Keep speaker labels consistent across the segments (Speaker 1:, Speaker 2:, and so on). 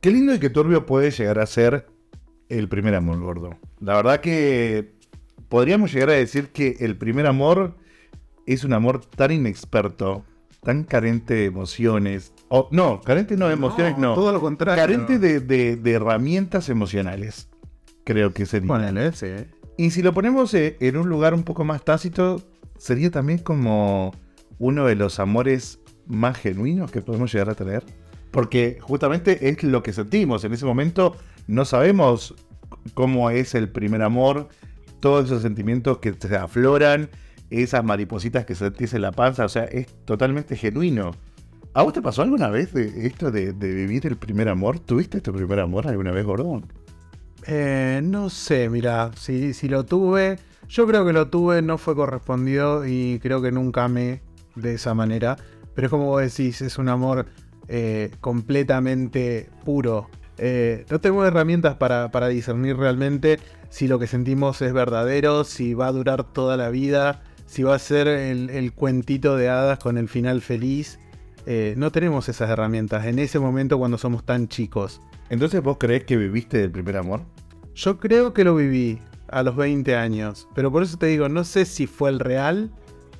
Speaker 1: Qué lindo y que Turbio puede llegar a ser el primer amor, gordo. La verdad que podríamos llegar a decir que el primer amor es un amor tan inexperto, tan carente de emociones. O, no, carente no de emociones, no.
Speaker 2: Todo lo contrario.
Speaker 1: Carente de, de- de herramientas emocionales, creo que sería.
Speaker 2: Ponele, sí.
Speaker 1: Y si lo ponemos eh, en un lugar un poco más tácito, sería también como uno de los amores más genuinos que podemos llegar a tener. Porque justamente es lo que sentimos. En ese momento no sabemos cómo es el primer amor, todos esos sentimientos que se afloran, esas maripositas que sentís en la panza. O sea, es totalmente genuino. ¿A vos te pasó alguna vez de esto de, de vivir el primer amor? ¿Tuviste tu primer amor alguna vez, Gordón?
Speaker 2: Eh, no sé, mira, si, si lo tuve, yo creo que lo tuve, no fue correspondido y creo que nunca amé de esa manera. Pero es como vos decís, es un amor eh, completamente puro. Eh, no tengo herramientas para, para discernir realmente si lo que sentimos es verdadero, si va a durar toda la vida, si va a ser el, el cuentito de hadas con el final feliz. Eh, no tenemos esas herramientas en ese momento cuando somos tan chicos.
Speaker 1: Entonces, ¿vos creés que viviste del primer amor?
Speaker 2: Yo creo que lo viví a los 20 años, pero por eso te digo, no sé si fue el real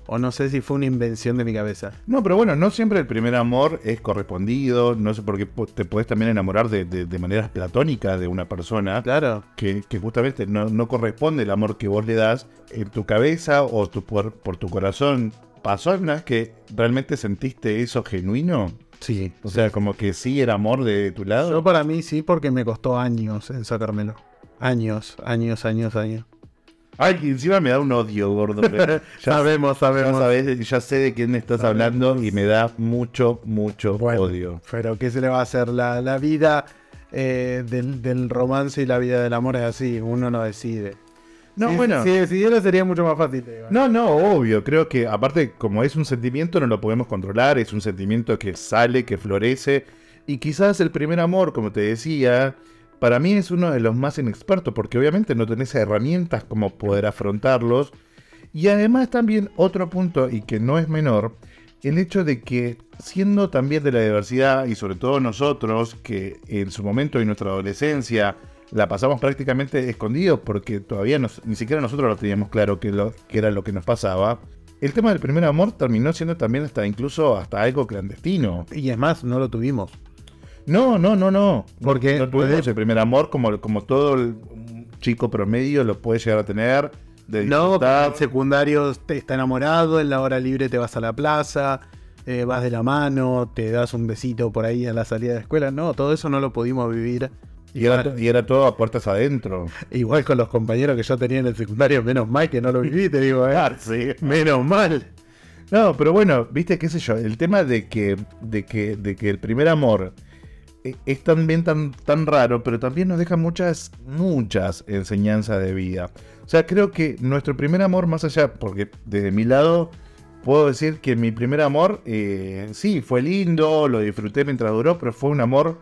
Speaker 2: o no sé si fue una invención de mi cabeza.
Speaker 1: No, pero bueno, no siempre el primer amor es correspondido, no sé por qué po- te podés también enamorar de, de- de maneras platónicas de una persona
Speaker 2: Claro,
Speaker 1: que, que justamente no, no corresponde el amor que vos le das en tu cabeza o tu, por, por tu corazón. ¿Pasó alguna vez que realmente sentiste eso genuino?
Speaker 2: sí.
Speaker 1: O sea, como que sí era amor de tu lado.
Speaker 2: Yo para mí sí, porque me costó años en sacármelo. Años, años, años, años.
Speaker 1: Ay, que encima me da un odio, gordo. pero ya,
Speaker 2: sabemos,
Speaker 1: ya sabés, ya sé de quién estás hablando y me da mucho, mucho
Speaker 2: Bueno.
Speaker 1: odio.
Speaker 2: Pero ¿qué se le va a hacer? La, la vida eh, del, del romance y la vida del amor es así, uno no decide.
Speaker 1: No,
Speaker 2: Si-
Speaker 1: bueno.
Speaker 2: Si decidiera sería mucho más fácil. te digo.
Speaker 1: No, no, obvio. Creo que aparte, como es un sentimiento, no lo podemos controlar. Es un sentimiento que sale, que florece. Y quizás el primer amor, como te decía, para mí es uno de los más inexpertos, porque obviamente no tenés herramientas como poder afrontarlos. Y además también otro punto, y que no es menor, el hecho de que siendo también de la diversidad, y sobre todo nosotros, que en su momento y nuestra adolescencia la pasamos prácticamente escondidos porque todavía nos- ni siquiera nosotros lo teníamos claro que, lo, que era lo que nos pasaba, el tema del primer amor terminó siendo también hasta incluso hasta algo clandestino.
Speaker 2: Y es más, no lo tuvimos.
Speaker 1: No, no, no, no.
Speaker 2: Porque
Speaker 1: No tuvimos el primer amor como, como todo el un chico promedio lo puede llegar a tener. De
Speaker 2: No,
Speaker 1: disfrutar.
Speaker 2: en secundario te está enamorado, en la hora libre te vas a la plaza, eh, vas de la mano, te das un besito por ahí a la salida de la escuela. No, todo eso no lo pudimos vivir.
Speaker 1: y, era, y era todo a puertas adentro.
Speaker 2: Igual con los compañeros que yo tenía en el secundario, menos mal que no lo viví, te digo, eh. Menos mal.
Speaker 1: No, pero bueno, viste, qué sé yo, el tema de que, de que, de que el primer amor e- es también tan, tan raro, pero también nos deja muchas, muchas enseñanzas de vida. O sea, creo que nuestro primer amor, más allá, porque desde mi lado puedo decir que mi primer amor, eh, sí, fue lindo, lo disfruté mientras duró, pero fue un amor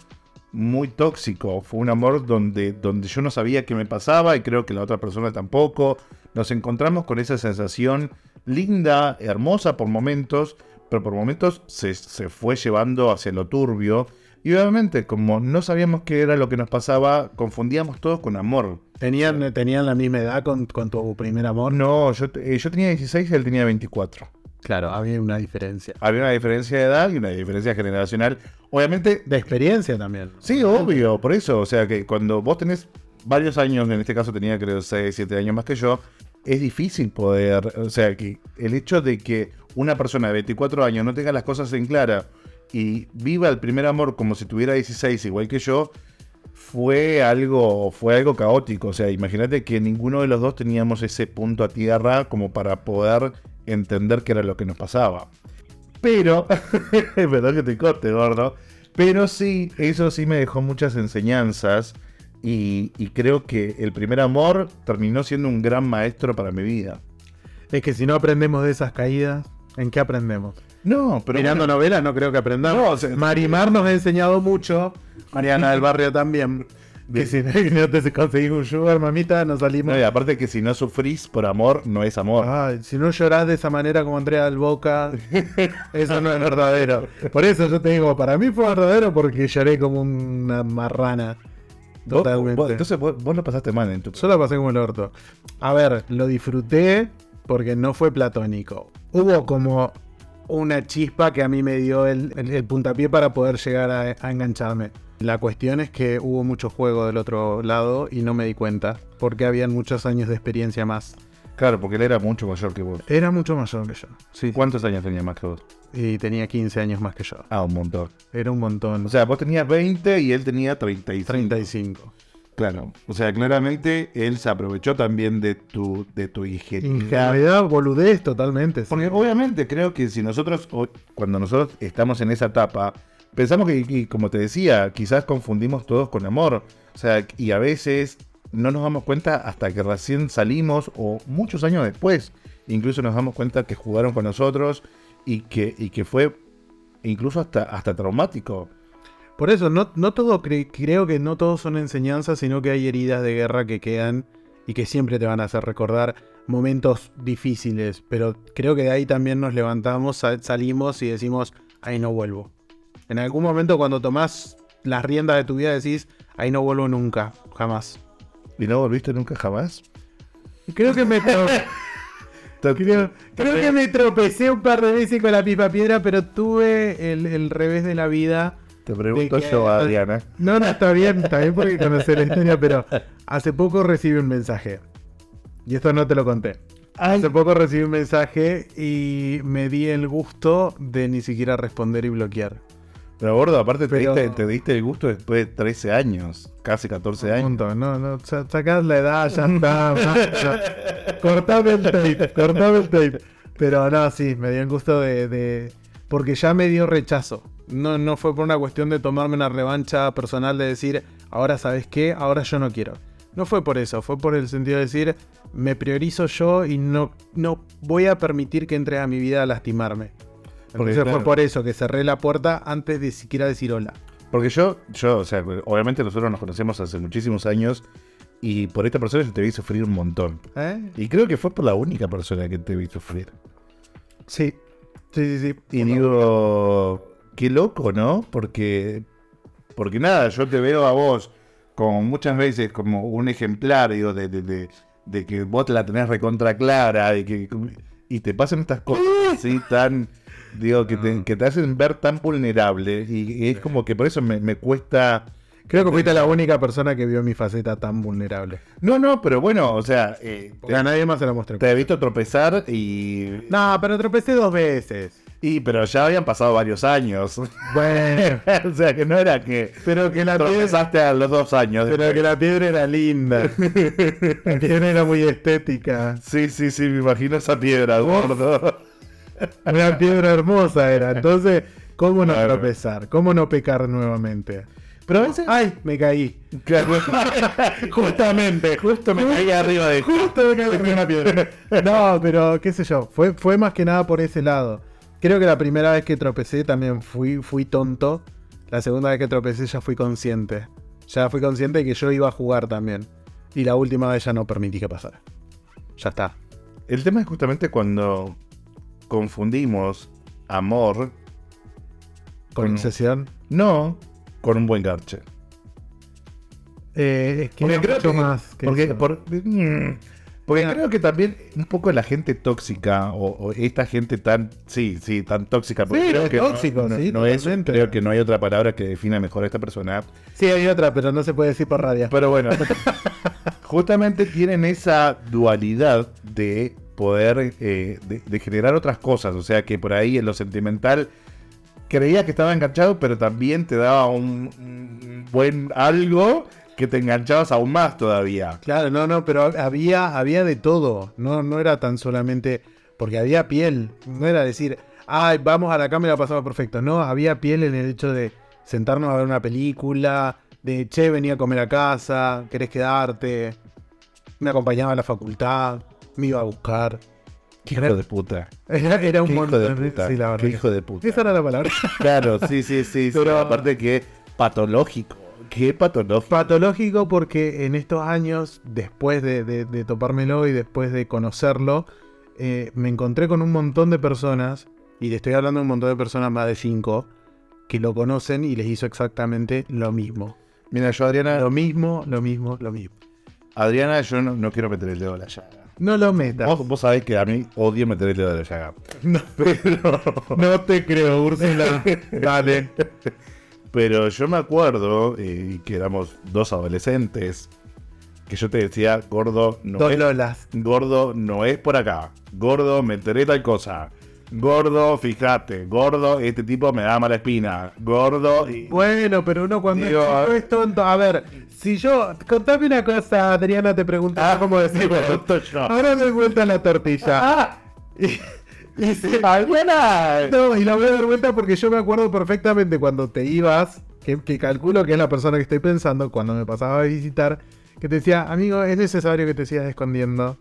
Speaker 1: muy tóxico, fue un amor donde, donde yo no sabía qué me pasaba y creo que la otra persona tampoco. Nos encontramos con esa sensación linda, hermosa por momentos, pero por momentos se, se fue llevando hacia lo turbio. Y obviamente, como no sabíamos qué era lo que nos pasaba, confundíamos todo con amor.
Speaker 2: ¿Tenían, tenían la misma edad con, con tu primer amor?
Speaker 1: No, yo, te- eh, yo tenía 16 y él tenía 24.
Speaker 2: Claro, había una diferencia.
Speaker 1: Había una diferencia de edad y una diferencia generacional. Obviamente,
Speaker 2: De experiencia también.
Speaker 1: sí, obvio, por eso. O sea, que cuando vos tenés varios años, en este caso tenía creo 6, 7 años más que yo, es difícil poder. O sea, que el hecho de que una persona de 24 años no tenga las cosas en clara y viva el primer amor como si tuviera 16, igual que yo, fue algo, fue algo caótico. O sea, imagínate que ninguno de los dos teníamos ese punto a tierra como para poder entender qué era lo que nos pasaba. Pero, perdón que te corte, gordo. Pero sí, eso sí me dejó muchas enseñanzas. Y, y creo que el primer amor terminó siendo un gran maestro para mi vida.
Speaker 2: Es que si no aprendemos de esas caídas, ¿en qué aprendemos?
Speaker 1: No, pero.
Speaker 2: Mirando
Speaker 1: bueno,
Speaker 2: novelas no creo que aprendamos.
Speaker 1: No, o sea-
Speaker 2: Marimar nos ha enseñado mucho. Mariana del Barrio también. Que si no te conseguís un sugar, mamita, nos salimos.
Speaker 1: No, y aparte que si no sufrís por amor, no es amor.
Speaker 2: Ay, si no llorás de esa manera como Andrea del Boca, eso no es verdadero. Por eso yo te digo, para mí fue verdadero porque lloré como una marrana.
Speaker 1: Vos-
Speaker 2: Totalmente.
Speaker 1: vos- entonces vos, vos lo pasaste mal en tu...
Speaker 2: Yo la pasé como el orto. A ver, lo disfruté porque no fue platónico. Hubo como una chispa que a mí me dio el, el- el puntapié para poder llegar a, a engancharme. La cuestión es que hubo mucho juego del otro lado y no me di cuenta porque habían muchos años de experiencia más.
Speaker 1: Claro, porque él era mucho mayor que vos.
Speaker 2: Era mucho mayor que yo. Sí.
Speaker 1: ¿Cuántos años tenía más que vos?
Speaker 2: Y tenía 15 años más que yo.
Speaker 1: Ah, un montón.
Speaker 2: Era un montón.
Speaker 1: O sea, vos tenías 20 y él tenía 35.
Speaker 2: 35.
Speaker 1: Claro. O sea, claramente él se aprovechó también de tu, de tu ingeniería.
Speaker 2: Ingenuidad, boludez totalmente.
Speaker 1: Porque obviamente creo que si nosotros, hoy- cuando nosotros estamos en esa etapa, pensamos que, y como te decía, quizás confundimos todos con amor. O sea, y a veces no nos damos cuenta hasta que recién salimos o muchos años después. Incluso nos damos cuenta que jugaron con nosotros y que, y que fue incluso hasta, hasta traumático.
Speaker 2: Por eso, no, no todo cre- creo que no todos son enseñanzas, sino que hay heridas de guerra que quedan y que siempre te van a hacer recordar momentos difíciles. Pero creo que de ahí también nos levantamos, sal- salimos y decimos, ahí no vuelvo. En algún momento cuando tomás las riendas de tu vida decís, ahí no vuelvo nunca, jamás.
Speaker 1: ¿Y no volviste nunca jamás?
Speaker 2: Creo que me, tro-
Speaker 1: Te-
Speaker 2: creo, creo que me tropecé un par de veces con la pipa piedra, pero tuve el, el revés de la vida.
Speaker 1: Te pregunto
Speaker 2: de que-
Speaker 1: yo, Adriana.
Speaker 2: No, no, está bien, está bien porque conocer la historia, pero hace poco recibí un mensaje. Y esto no te lo conté. Hace poco recibí un mensaje y me di el gusto de ni siquiera responder y bloquear.
Speaker 1: Pero gordo, aparte te,
Speaker 2: Pero-
Speaker 1: diste, te diste el gusto después de 13 años, casi 14 años.
Speaker 2: Punto. No, no, sa- sacás la edad, ya está. basta. cortame el tape, cortame el tape. Pero no, sí, me dio el gusto de, de- Porque ya me dio rechazo. No, no fue por una cuestión de tomarme una revancha personal de decir, ahora sabes qué, ahora yo no quiero. No fue por eso, fue por el sentido de decir, me priorizo yo y no, no voy a permitir que entre a mi vida a lastimarme.
Speaker 1: Porque,
Speaker 2: Entonces
Speaker 1: claro.
Speaker 2: fue por eso que cerré la puerta antes de siquiera decir hola.
Speaker 1: Porque yo, yo, o sea, obviamente nosotros nos conocemos hace muchísimos años y por esta persona yo te vi sufrir un montón.
Speaker 2: ¿Eh?
Speaker 1: Y creo que fue por la única persona que te vi sufrir.
Speaker 2: Sí. Sí, sí, sí.
Speaker 1: Y digo, qué loco, ¿no? Porque, porque nada, yo te veo a vos como muchas veces como un ejemplar, digo, de, de- de- de que vos te la tenés recontra clara y que y te pasan estas cosas así tan, digo, que te, que te hacen ver tan vulnerable y, y es como que por eso me, me cuesta...
Speaker 2: Creo que fuiste la única persona que vio mi faceta tan vulnerable.
Speaker 1: No, no, pero bueno, o sea, eh,
Speaker 2: Porque a
Speaker 1: te,
Speaker 2: nadie más se la mostré.
Speaker 1: te he visto tropezar y...
Speaker 2: No, pero tropecé dos veces.
Speaker 1: Y pero ya habían pasado varios años.
Speaker 2: Bueno,
Speaker 1: o sea, que no era que...
Speaker 2: pero que la piedra,
Speaker 1: Tropezaste a los dos años.
Speaker 2: pero que la piedra era linda. La piedra era muy estética.
Speaker 1: Sí, sí, sí, me imagino esa piedra, gordo.
Speaker 2: Una piedra hermosa era. Entonces, ¿cómo no
Speaker 1: Claro.
Speaker 2: tropezar? ¿Cómo no pecar nuevamente?
Speaker 1: Pero a veces.
Speaker 2: Ay, me caí.
Speaker 1: Justamente, justo me caí arriba de.
Speaker 2: Justo me caí una piedra. No, pero qué sé yo. Fue, fue más que nada por ese lado. Creo que la primera vez que tropecé también fui, fui tonto. La segunda vez que tropecé ya fui consciente. Ya fui consciente de que yo iba a jugar también. Y la última vez ya no permití que pasara. Ya está.
Speaker 1: El tema es justamente cuando confundimos amor.
Speaker 2: Con
Speaker 1: Con-
Speaker 2: obsesión.
Speaker 1: No, con un buen garche.
Speaker 2: Eh, es que
Speaker 1: Porque
Speaker 2: era
Speaker 1: creo
Speaker 2: mucho
Speaker 1: que-
Speaker 2: más. que
Speaker 1: Porque,
Speaker 2: eso.
Speaker 1: por- mm, porque
Speaker 2: Ah.
Speaker 1: creo que también un poco la gente tóxica, o, o esta gente tan, sí, sí, tan tóxica. porque
Speaker 2: Sí,
Speaker 1: creo
Speaker 2: los
Speaker 1: que no-
Speaker 2: tóxicos,
Speaker 1: no-
Speaker 2: sí,
Speaker 1: no es-
Speaker 2: totalmente.
Speaker 1: creo que no hay otra palabra que defina mejor a esta persona.
Speaker 2: Sí, hay otra, pero no se puede decir por radio.
Speaker 1: Pero bueno, justamente tienen esa dualidad de poder eh, de, de generar otras cosas. O sea que por ahí en lo sentimental creía que estaba enganchado, pero también te daba un, un buen algo que te enganchabas aún más todavía.
Speaker 2: Claro, no, no, pero había, había de todo. No, no era tan solamente. Porque había piel. No era decir, ay, vamos a la cámara y la pasamos perfecto. No, había piel en el hecho de sentarnos a ver una película, de che, venía a comer a casa, querés quedarte. Me acompañaba a la facultad, me iba a buscar.
Speaker 1: Qué hijo de puta.
Speaker 2: Era, era un
Speaker 1: Qué hijo de
Speaker 2: montón
Speaker 1: puta.
Speaker 2: Sí, la verdad
Speaker 1: Qué
Speaker 2: que-
Speaker 1: hijo de puta.
Speaker 2: Esa era la palabra.
Speaker 1: Claro, sí, sí, sí. sí.
Speaker 2: Pero-
Speaker 1: aparte que patológico. qué patológico?
Speaker 2: Patológico porque en estos años, después de, de- de topármelo y después de conocerlo, eh, me encontré con un montón de personas, y te estoy hablando de un montón de personas, más de cinco, que lo conocen y les hizo exactamente lo mismo.
Speaker 1: Mira, yo, Adriana,
Speaker 2: Lo mismo, lo mismo, lo mismo.
Speaker 1: Adriana, yo no, no quiero meter el dedo a la llaga.
Speaker 2: No lo metas.
Speaker 1: Vos, vos sabés que a mí odio meter el dedo a la llaga. No, pero.
Speaker 2: No te creo, Úrsula. Dale.
Speaker 1: Pero yo me acuerdo eh, que éramos dos adolescentes. Que yo te decía, gordo, no
Speaker 2: Dos
Speaker 1: es
Speaker 2: Lolas.
Speaker 1: Gordo, no es por acá. Gordo, meteré tal cosa. Gordo, fíjate. Gordo, este tipo me da mala espina. Gordo, y...
Speaker 2: Bueno, pero uno cuando
Speaker 1: Digo,
Speaker 2: es, chico
Speaker 1: a ver.
Speaker 2: es tonto. A ver, si yo. Contame una cosa, Adriana, te preguntaba cómo decirlo.
Speaker 1: tonto yo.
Speaker 2: Ahora me cuentan la tortilla.
Speaker 1: ¡Ah!
Speaker 2: Y, y se-
Speaker 1: ¡Ay, buena!
Speaker 2: no, y la voy a dar vuelta porque yo me acuerdo perfectamente cuando te ibas, que, que calculo que es la persona que estoy pensando, cuando me pasaba a visitar, que te decía, amigo, es necesario que te sigas escondiendo.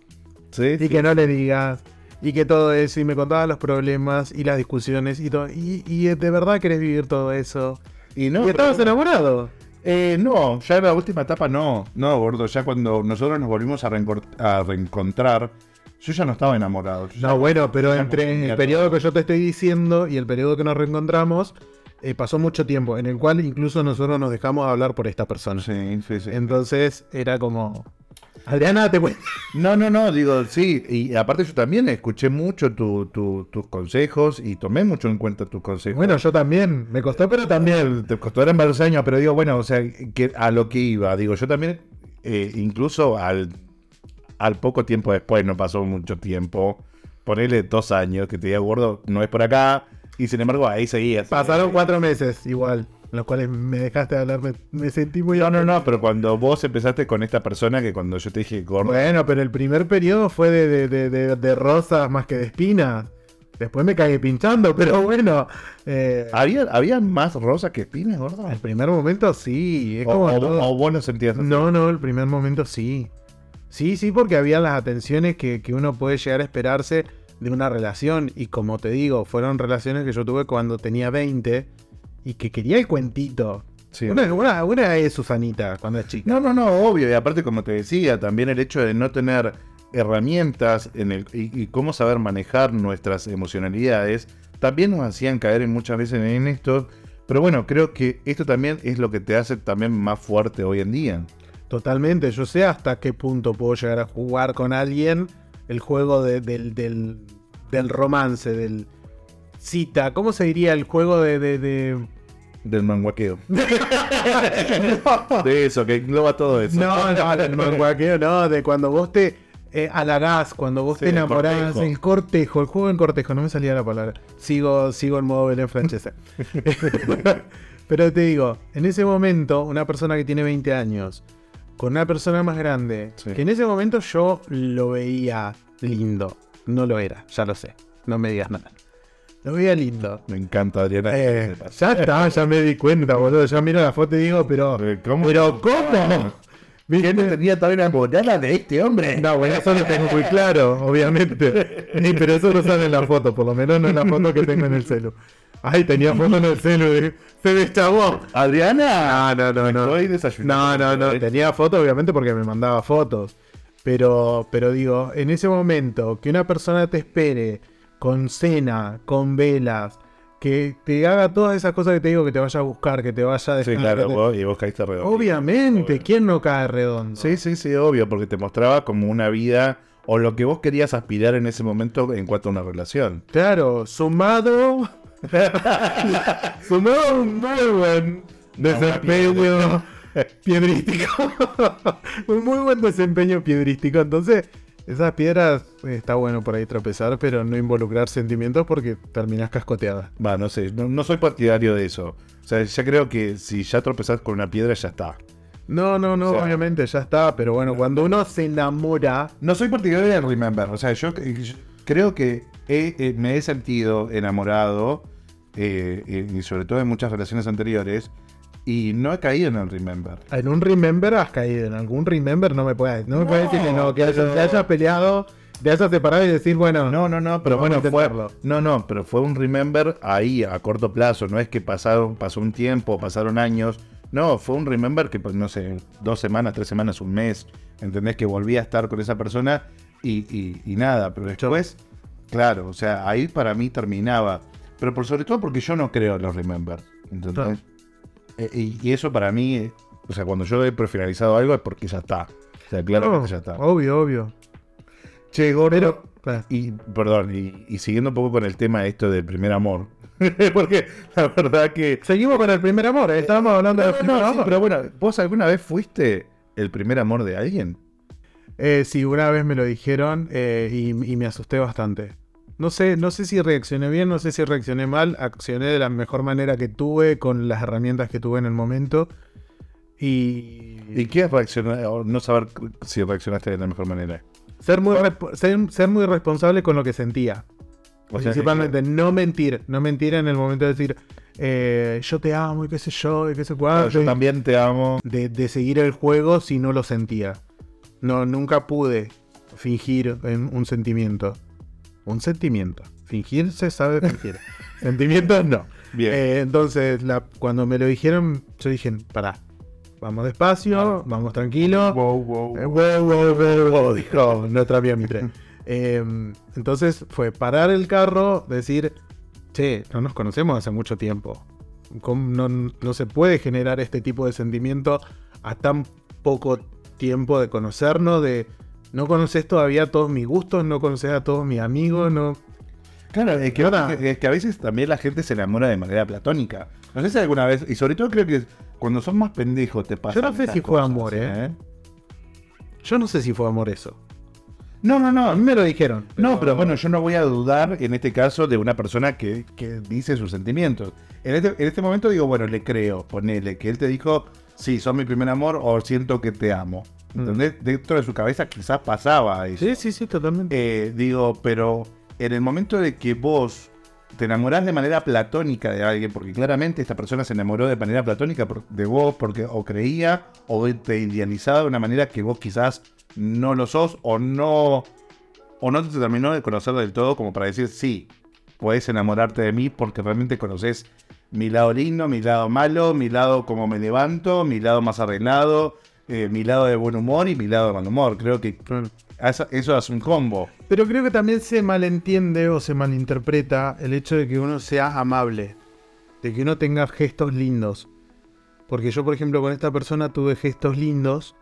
Speaker 1: Sí,
Speaker 2: y
Speaker 1: sí.
Speaker 2: que no le digas, y que todo eso, y me contaba los problemas y las discusiones y todo, y, y de verdad querés vivir todo eso.
Speaker 1: Y no,
Speaker 2: y estabas
Speaker 1: pero-
Speaker 2: enamorado.
Speaker 1: Eh, no, ya en la última etapa no. No, gordo, ya cuando nosotros nos volvimos a, reencor- a reencontrar, yo ya no estaba enamorado. Yo ya-
Speaker 2: No, bueno, pero
Speaker 1: ya no,
Speaker 2: entre
Speaker 1: ya
Speaker 2: el
Speaker 1: no.
Speaker 2: periodo que yo te estoy diciendo y el periodo que nos reencontramos, eh, pasó mucho tiempo, en el cual incluso nosotros nos dejamos hablar por esta persona.
Speaker 1: Sí, sí, sí.
Speaker 2: Entonces era como... Adriana, te cuento.
Speaker 1: No, no, no, digo, sí, y aparte yo también escuché mucho tu- tu- tus consejos y tomé mucho en cuenta tus consejos.
Speaker 2: Bueno, yo también. Me costó, pero también.
Speaker 1: Te costó eran varios años, pero digo, bueno, o sea, que a lo que iba, digo, yo también, eh, incluso al, al poco tiempo después, no pasó mucho tiempo, ponele dos años, que te diga, gordo, no es por acá, y sin embargo ahí seguías.
Speaker 2: Pasaron cuatro meses igual, los cuales me dejaste hablar, me, me sentí muy...
Speaker 1: No, no, no, pero cuando vos empezaste con esta persona, que cuando yo te dije, gordo,
Speaker 2: Bueno, pero el primer periodo fue de, de- de- de- de rosas más que de espinas. Después me cagué pinchando, pero bueno. eh,
Speaker 1: ¿había, ¿había más rosas que espinas, gordo?
Speaker 2: el primer momento sí. Es
Speaker 1: O,
Speaker 2: como
Speaker 1: o-
Speaker 2: todo.
Speaker 1: o vos no sentías así.
Speaker 2: No, no, el primer momento sí. Sí, sí, porque había las atenciones que, que uno puede llegar a esperarse de una relación. Y como te digo, fueron relaciones que yo tuve cuando tenía 20 y que quería el cuentito.
Speaker 1: Sí.
Speaker 2: Una, una- una es Susanita cuando es chica.
Speaker 1: No, no, no, obvio. Y aparte, como te decía, también el hecho de no tener herramientas en el, y, y cómo saber manejar nuestras emocionalidades, también nos hacían caer en muchas veces en esto. Pero bueno, creo que esto también es lo que te hace también más fuerte hoy en día.
Speaker 2: Totalmente, yo sé hasta qué punto puedo llegar a jugar con alguien el juego de- del, del- del romance, del cita, ¿cómo se diría el juego de... de- de-
Speaker 1: Del manguaqueo. De eso, que engloba todo eso.
Speaker 2: No, no, del manguaqueo, no, de cuando vos te eh, halagás, cuando vos
Speaker 1: Sí,
Speaker 2: te
Speaker 1: el
Speaker 2: enamorás,
Speaker 1: cortejo.
Speaker 2: el cortejo, el juego en cortejo, no me salía la palabra, sigo, sigo en modo Belén francesa. Pero te digo, en ese momento, una persona que tiene 20 años, con una persona más grande,
Speaker 1: Sí.
Speaker 2: que en ese momento yo lo veía lindo. No lo era, ya lo sé. No me digas nada. Lo veía lindo.
Speaker 1: Me encanta, Adriana.
Speaker 2: Eh, ya está, ya me di cuenta, boludo. Ya miro la foto y digo, pero.
Speaker 1: Eh, ¿Cómo?
Speaker 2: ¿Pero cómo?
Speaker 1: ¿Quién
Speaker 2: ¿Viste?
Speaker 1: tenía tan enamorada de este hombre?
Speaker 2: No, bueno, eso lo tengo muy claro, obviamente. Ni, pero eso no sale en la foto, por lo menos no en la foto que tengo en el celu. Ay, tenía foto en el celu, eh. se deschavó.
Speaker 1: Adriana.
Speaker 2: No, no, no, no.
Speaker 1: Estoy desayunando.
Speaker 2: No, no, no. Tenía fotos, obviamente, porque me mandaba fotos. Pero, pero digo, en ese momento, que una persona te espere con cena, con velas, que te haga todas esas cosas que te digo, que te vaya a buscar, que te vaya a
Speaker 1: Sí,
Speaker 2: dejar,
Speaker 1: claro,
Speaker 2: que te-
Speaker 1: vos- y vos caíste redondo.
Speaker 2: Obviamente, ¿quién no cae redondo?
Speaker 1: Sí, sí, sí, obvio, porque te mostraba como una vida o lo que vos querías aspirar en ese momento en cuanto a una relación.
Speaker 2: Claro, sumado. sumado a un muy buen desempeño piedrístico. un muy buen desempeño piedrístico. Entonces, esas piedras eh, está bueno por ahí tropezar, pero no involucrar sentimientos porque terminás cascoteada.
Speaker 1: Va, no sé, no, no soy partidario de eso. O sea, ya creo que si ya tropezás con una piedra, ya está.
Speaker 2: No, no, no,
Speaker 1: O sea-
Speaker 2: obviamente ya está, pero bueno, cuando uno se enamora,
Speaker 1: No soy partidario de Remember. O sea, yo, eh, yo creo que he- eh, me he sentido enamorado, eh, eh, y sobre todo en muchas relaciones anteriores, y no he caído en el Remember.
Speaker 2: en un remember has caído, en algún remember no me puedes, no me puedes decir que no, que hayas- te hayas peleado, te hayas separado y decir, bueno,
Speaker 1: No, no, no, pero
Speaker 2: Vamos a
Speaker 1: bueno, fue,
Speaker 2: intentarlo.
Speaker 1: no, no, pero fue un remember ahí a corto plazo, no es que pasaron, pasó un tiempo, pasaron años, No, fue un remember que, pues, no sé, dos semanas, tres semanas, un mes. ¿Entendés? Que volví a estar con esa persona y, y- y nada. Pero después, claro, o sea, ahí para mí terminaba. Pero por sobre todo porque yo no creo en los remember. ¿Entendés?
Speaker 2: Claro.
Speaker 1: Eh, Y, y eso para mí, eh, o sea, cuando yo he prefinalizado algo es porque ya está. O sea, claro
Speaker 2: No,
Speaker 1: ya está.
Speaker 2: Oh, Obvio, obvio.
Speaker 1: Che, gordo.
Speaker 2: Claro.
Speaker 1: Y, perdón, y, y siguiendo un poco con el tema esto del primer amor. porque la verdad que.
Speaker 2: Seguimos con el primer amor. eh, Estábamos hablando
Speaker 1: No,
Speaker 2: del
Speaker 1: no,
Speaker 2: primer
Speaker 1: no, sí,
Speaker 2: amor.
Speaker 1: pero bueno, ¿vos alguna vez fuiste el primer amor de alguien?
Speaker 2: Eh, sí, una vez me lo dijeron eh, y, y me asusté bastante. No sé, no sé si reaccioné bien, no sé si reaccioné mal. Accioné de la mejor manera que tuve, con las herramientas que tuve en el momento. Y,
Speaker 1: ¿Y qué es reaccionar o no saber si reaccionaste de la mejor manera?
Speaker 2: ser, muy respo- ser, ser muy responsable con lo que sentía.
Speaker 1: O sea, eh,
Speaker 2: Principalmente, no mentir. No mentir en el momento de decir, eh, yo te amo y qué sé yo, y qué sé
Speaker 1: claro,
Speaker 2: cuál.
Speaker 1: yo también te amo.
Speaker 2: de, de seguir el juego si no lo sentía. No, nunca pude fingir en un sentimiento. Un sentimiento. Fingir se sabe fingir. Sentimientos no.
Speaker 1: Bien.
Speaker 2: Eh, entonces, la- cuando me lo dijeron, yo dije, pará, vamos despacio, vamos tranquilo.
Speaker 1: Wow, wow.
Speaker 2: Eh, wow, wow, wow, wow, dijo nuestra amiga Mitre. Eh, entonces fue parar el carro, decir, che, no nos conocemos hace mucho tiempo. ¿Cómo No, no se puede generar este tipo de sentimiento a tan poco tiempo de conocernos, de no conoces todavía todos mis gustos, no conoces a todos mis amigos, no...
Speaker 1: Claro, es que,
Speaker 2: Ahora-
Speaker 1: es que a veces también la gente se enamora de manera platónica. No sé si alguna vez, y sobre todo creo que cuando son más pendejos te pasa.
Speaker 2: Yo no sé si fue amor, ¿eh? Yo no sé si fue amor eso.
Speaker 1: No, no, no.
Speaker 2: A mí me lo dijeron.
Speaker 1: No, pero bueno, yo no voy a dudar en este caso de una persona que, que dice sus sentimientos. En este, en este momento digo, bueno, le creo, ponele, que él te dijo, sí, sos mi primer amor o siento que te amo. ¿Entendés? Dentro de su cabeza quizás pasaba eso.
Speaker 2: Sí, sí, sí, totalmente.
Speaker 1: Eh, digo, pero en el momento de que vos te enamorás de manera platónica de alguien, porque claramente esta persona se enamoró de manera platónica por- de vos, porque o creía o te idealizaba de una manera que vos quizás no lo sos o no, o no te terminó de conocer del todo como para decir, sí, podés enamorarte de mí porque realmente conoces mi lado lindo, mi lado malo, mi lado como me levanto, mi lado más arreglado, eh, mi lado de buen humor y mi lado de mal humor. Creo que
Speaker 2: Claro.
Speaker 1: a esa- Eso es un combo.
Speaker 2: Pero creo que también se malentiende o se malinterpreta el hecho de que uno sea amable, de que uno tenga gestos lindos. Porque yo, por ejemplo, con esta persona tuve gestos lindos,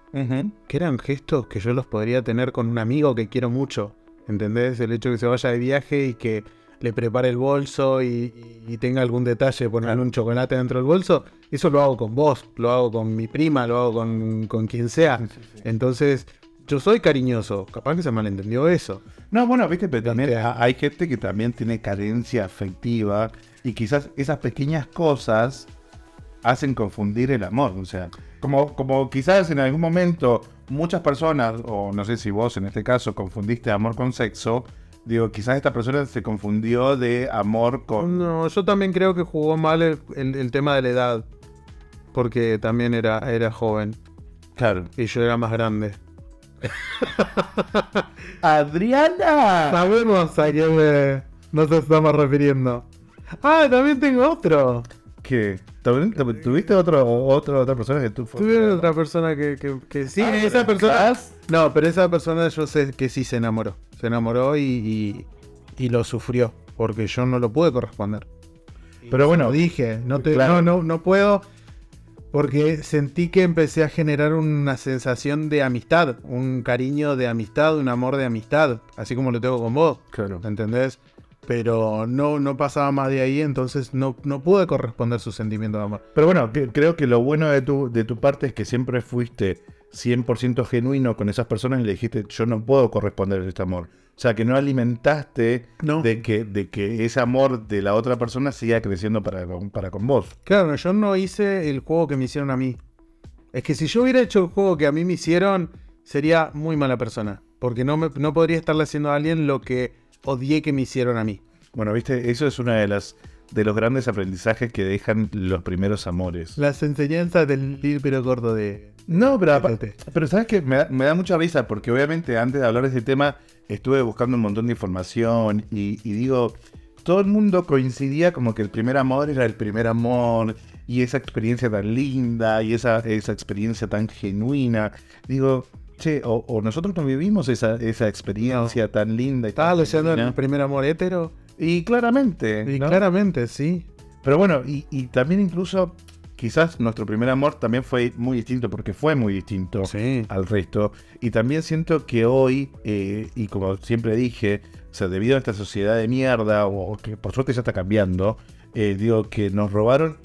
Speaker 2: que eran gestos que yo los podría tener con un amigo que quiero mucho. ¿Entendés? El hecho de que se vaya de viaje y que le prepare el bolso y, y tenga algún detalle, ponerle
Speaker 1: Claro.
Speaker 2: un chocolate dentro del bolso, eso lo hago con vos, lo hago con mi prima, lo hago con, con quien sea. Entonces, yo soy cariñoso, capaz que se malentendió eso.
Speaker 1: No, bueno, viste, pero también
Speaker 2: Viste.
Speaker 1: ha- hay gente que también tiene carencia afectiva y quizás esas pequeñas cosas hacen confundir el amor. O sea, como, como quizás en algún momento muchas personas, o no sé si vos en este caso confundiste amor con sexo, digo, quizás esta persona se confundió de amor con...
Speaker 2: No, yo también creo que jugó mal el, el- el tema de la edad. Porque también era, era joven
Speaker 1: Claro.
Speaker 2: y yo era más grande.
Speaker 1: Adriana.
Speaker 2: Sabemos a quién me- nos estamos refiriendo. Ah, también tengo otro.
Speaker 1: ¿Qué? ¿También- ¿Tuviste otro, otro, otra persona que tú
Speaker 2: Tuve otra persona que, que- que sí,
Speaker 1: Ah,
Speaker 2: esa persona.
Speaker 1: ¿estás?
Speaker 2: No, pero esa persona yo sé que sí se enamoró. Se enamoró y, y- y lo sufrió. Porque yo no lo pude corresponder.
Speaker 1: Pero bueno,
Speaker 2: Lo dije, no, te-
Speaker 1: Claro.
Speaker 2: no, no, no puedo. Porque sentí que empecé a generar una sensación de amistad, un cariño de amistad, un amor de amistad, así como lo tengo con vos,
Speaker 1: Claro.
Speaker 2: ¿entendés? Pero no, no pasaba más de ahí, entonces no, no pude corresponder su sentimiento de amor.
Speaker 1: Pero bueno, que- creo que lo bueno de tu, de tu parte es que siempre fuiste 100% genuino con esas personas y le dijiste, yo no puedo corresponder a este amor. O sea, que no alimentaste
Speaker 2: No.
Speaker 1: de, que, de que ese amor de la otra persona siga creciendo para, con- para con vos.
Speaker 2: Claro, yo no hice el juego que me hicieron a mí. Es que si yo hubiera hecho el juego que a mí me hicieron, sería muy mala persona. Porque no, me, no podría estarle haciendo a alguien lo que odié que me hicieron a mí.
Speaker 1: Bueno, viste, eso es una de las de los grandes aprendizajes que dejan los primeros amores.
Speaker 2: Las enseñanzas del libro gordo de.
Speaker 1: No, pero apa-
Speaker 2: Fíjate.
Speaker 1: pero sabes que me da, me da mucha risa porque obviamente antes de hablar de este tema estuve buscando un montón de información y, y digo, todo el mundo coincidía como que el primer amor era el primer amor y esa experiencia tan linda y esa, esa experiencia tan genuina. Digo, che, o, o nosotros no vivimos esa, esa experiencia tan linda y
Speaker 2: Estaba
Speaker 1: tan
Speaker 2: deseando
Speaker 1: genuina.
Speaker 2: el primer amor hétero.
Speaker 1: Y claramente.
Speaker 2: Y
Speaker 1: ¿no?
Speaker 2: claramente, sí.
Speaker 1: Pero bueno, y, y también incluso quizás nuestro primer amor también fue muy distinto porque fue muy distinto
Speaker 2: Sí.
Speaker 1: al resto. Y también siento que hoy, eh, y como siempre dije, o sea, debido a esta sociedad de mierda, o que por suerte ya está cambiando, eh, digo que nos robaron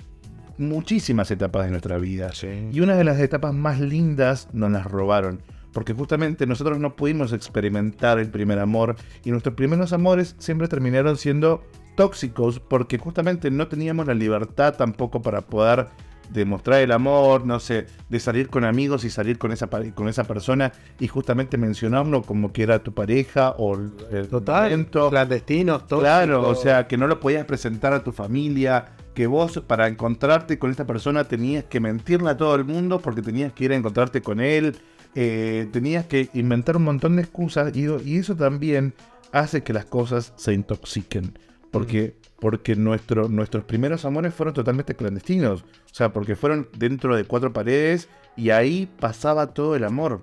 Speaker 1: muchísimas etapas de nuestra vida. Y una de las etapas más lindas nos las robaron. Porque justamente nosotros no pudimos experimentar el primer amor y nuestros primeros amores siempre terminaron siendo tóxicos porque justamente no teníamos la libertad tampoco para poder demostrar el amor, no sé, de salir con amigos y salir con esa, pare- con esa persona y justamente mencionarlo como que era tu pareja o el- el
Speaker 2: Total.
Speaker 1: momento.
Speaker 2: Clandestinos, todo.
Speaker 1: Claro, o sea, que no lo podías presentar a tu familia, que vos para encontrarte con esta persona tenías que mentirle a todo el mundo porque tenías que ir a encontrarte con él, eh, tenías que inventar un montón de excusas y, y eso también hace que las cosas se intoxiquen. Porque, porque nuestro, nuestros primeros amores fueron totalmente clandestinos. O sea, porque fueron dentro de cuatro paredes y ahí pasaba todo el amor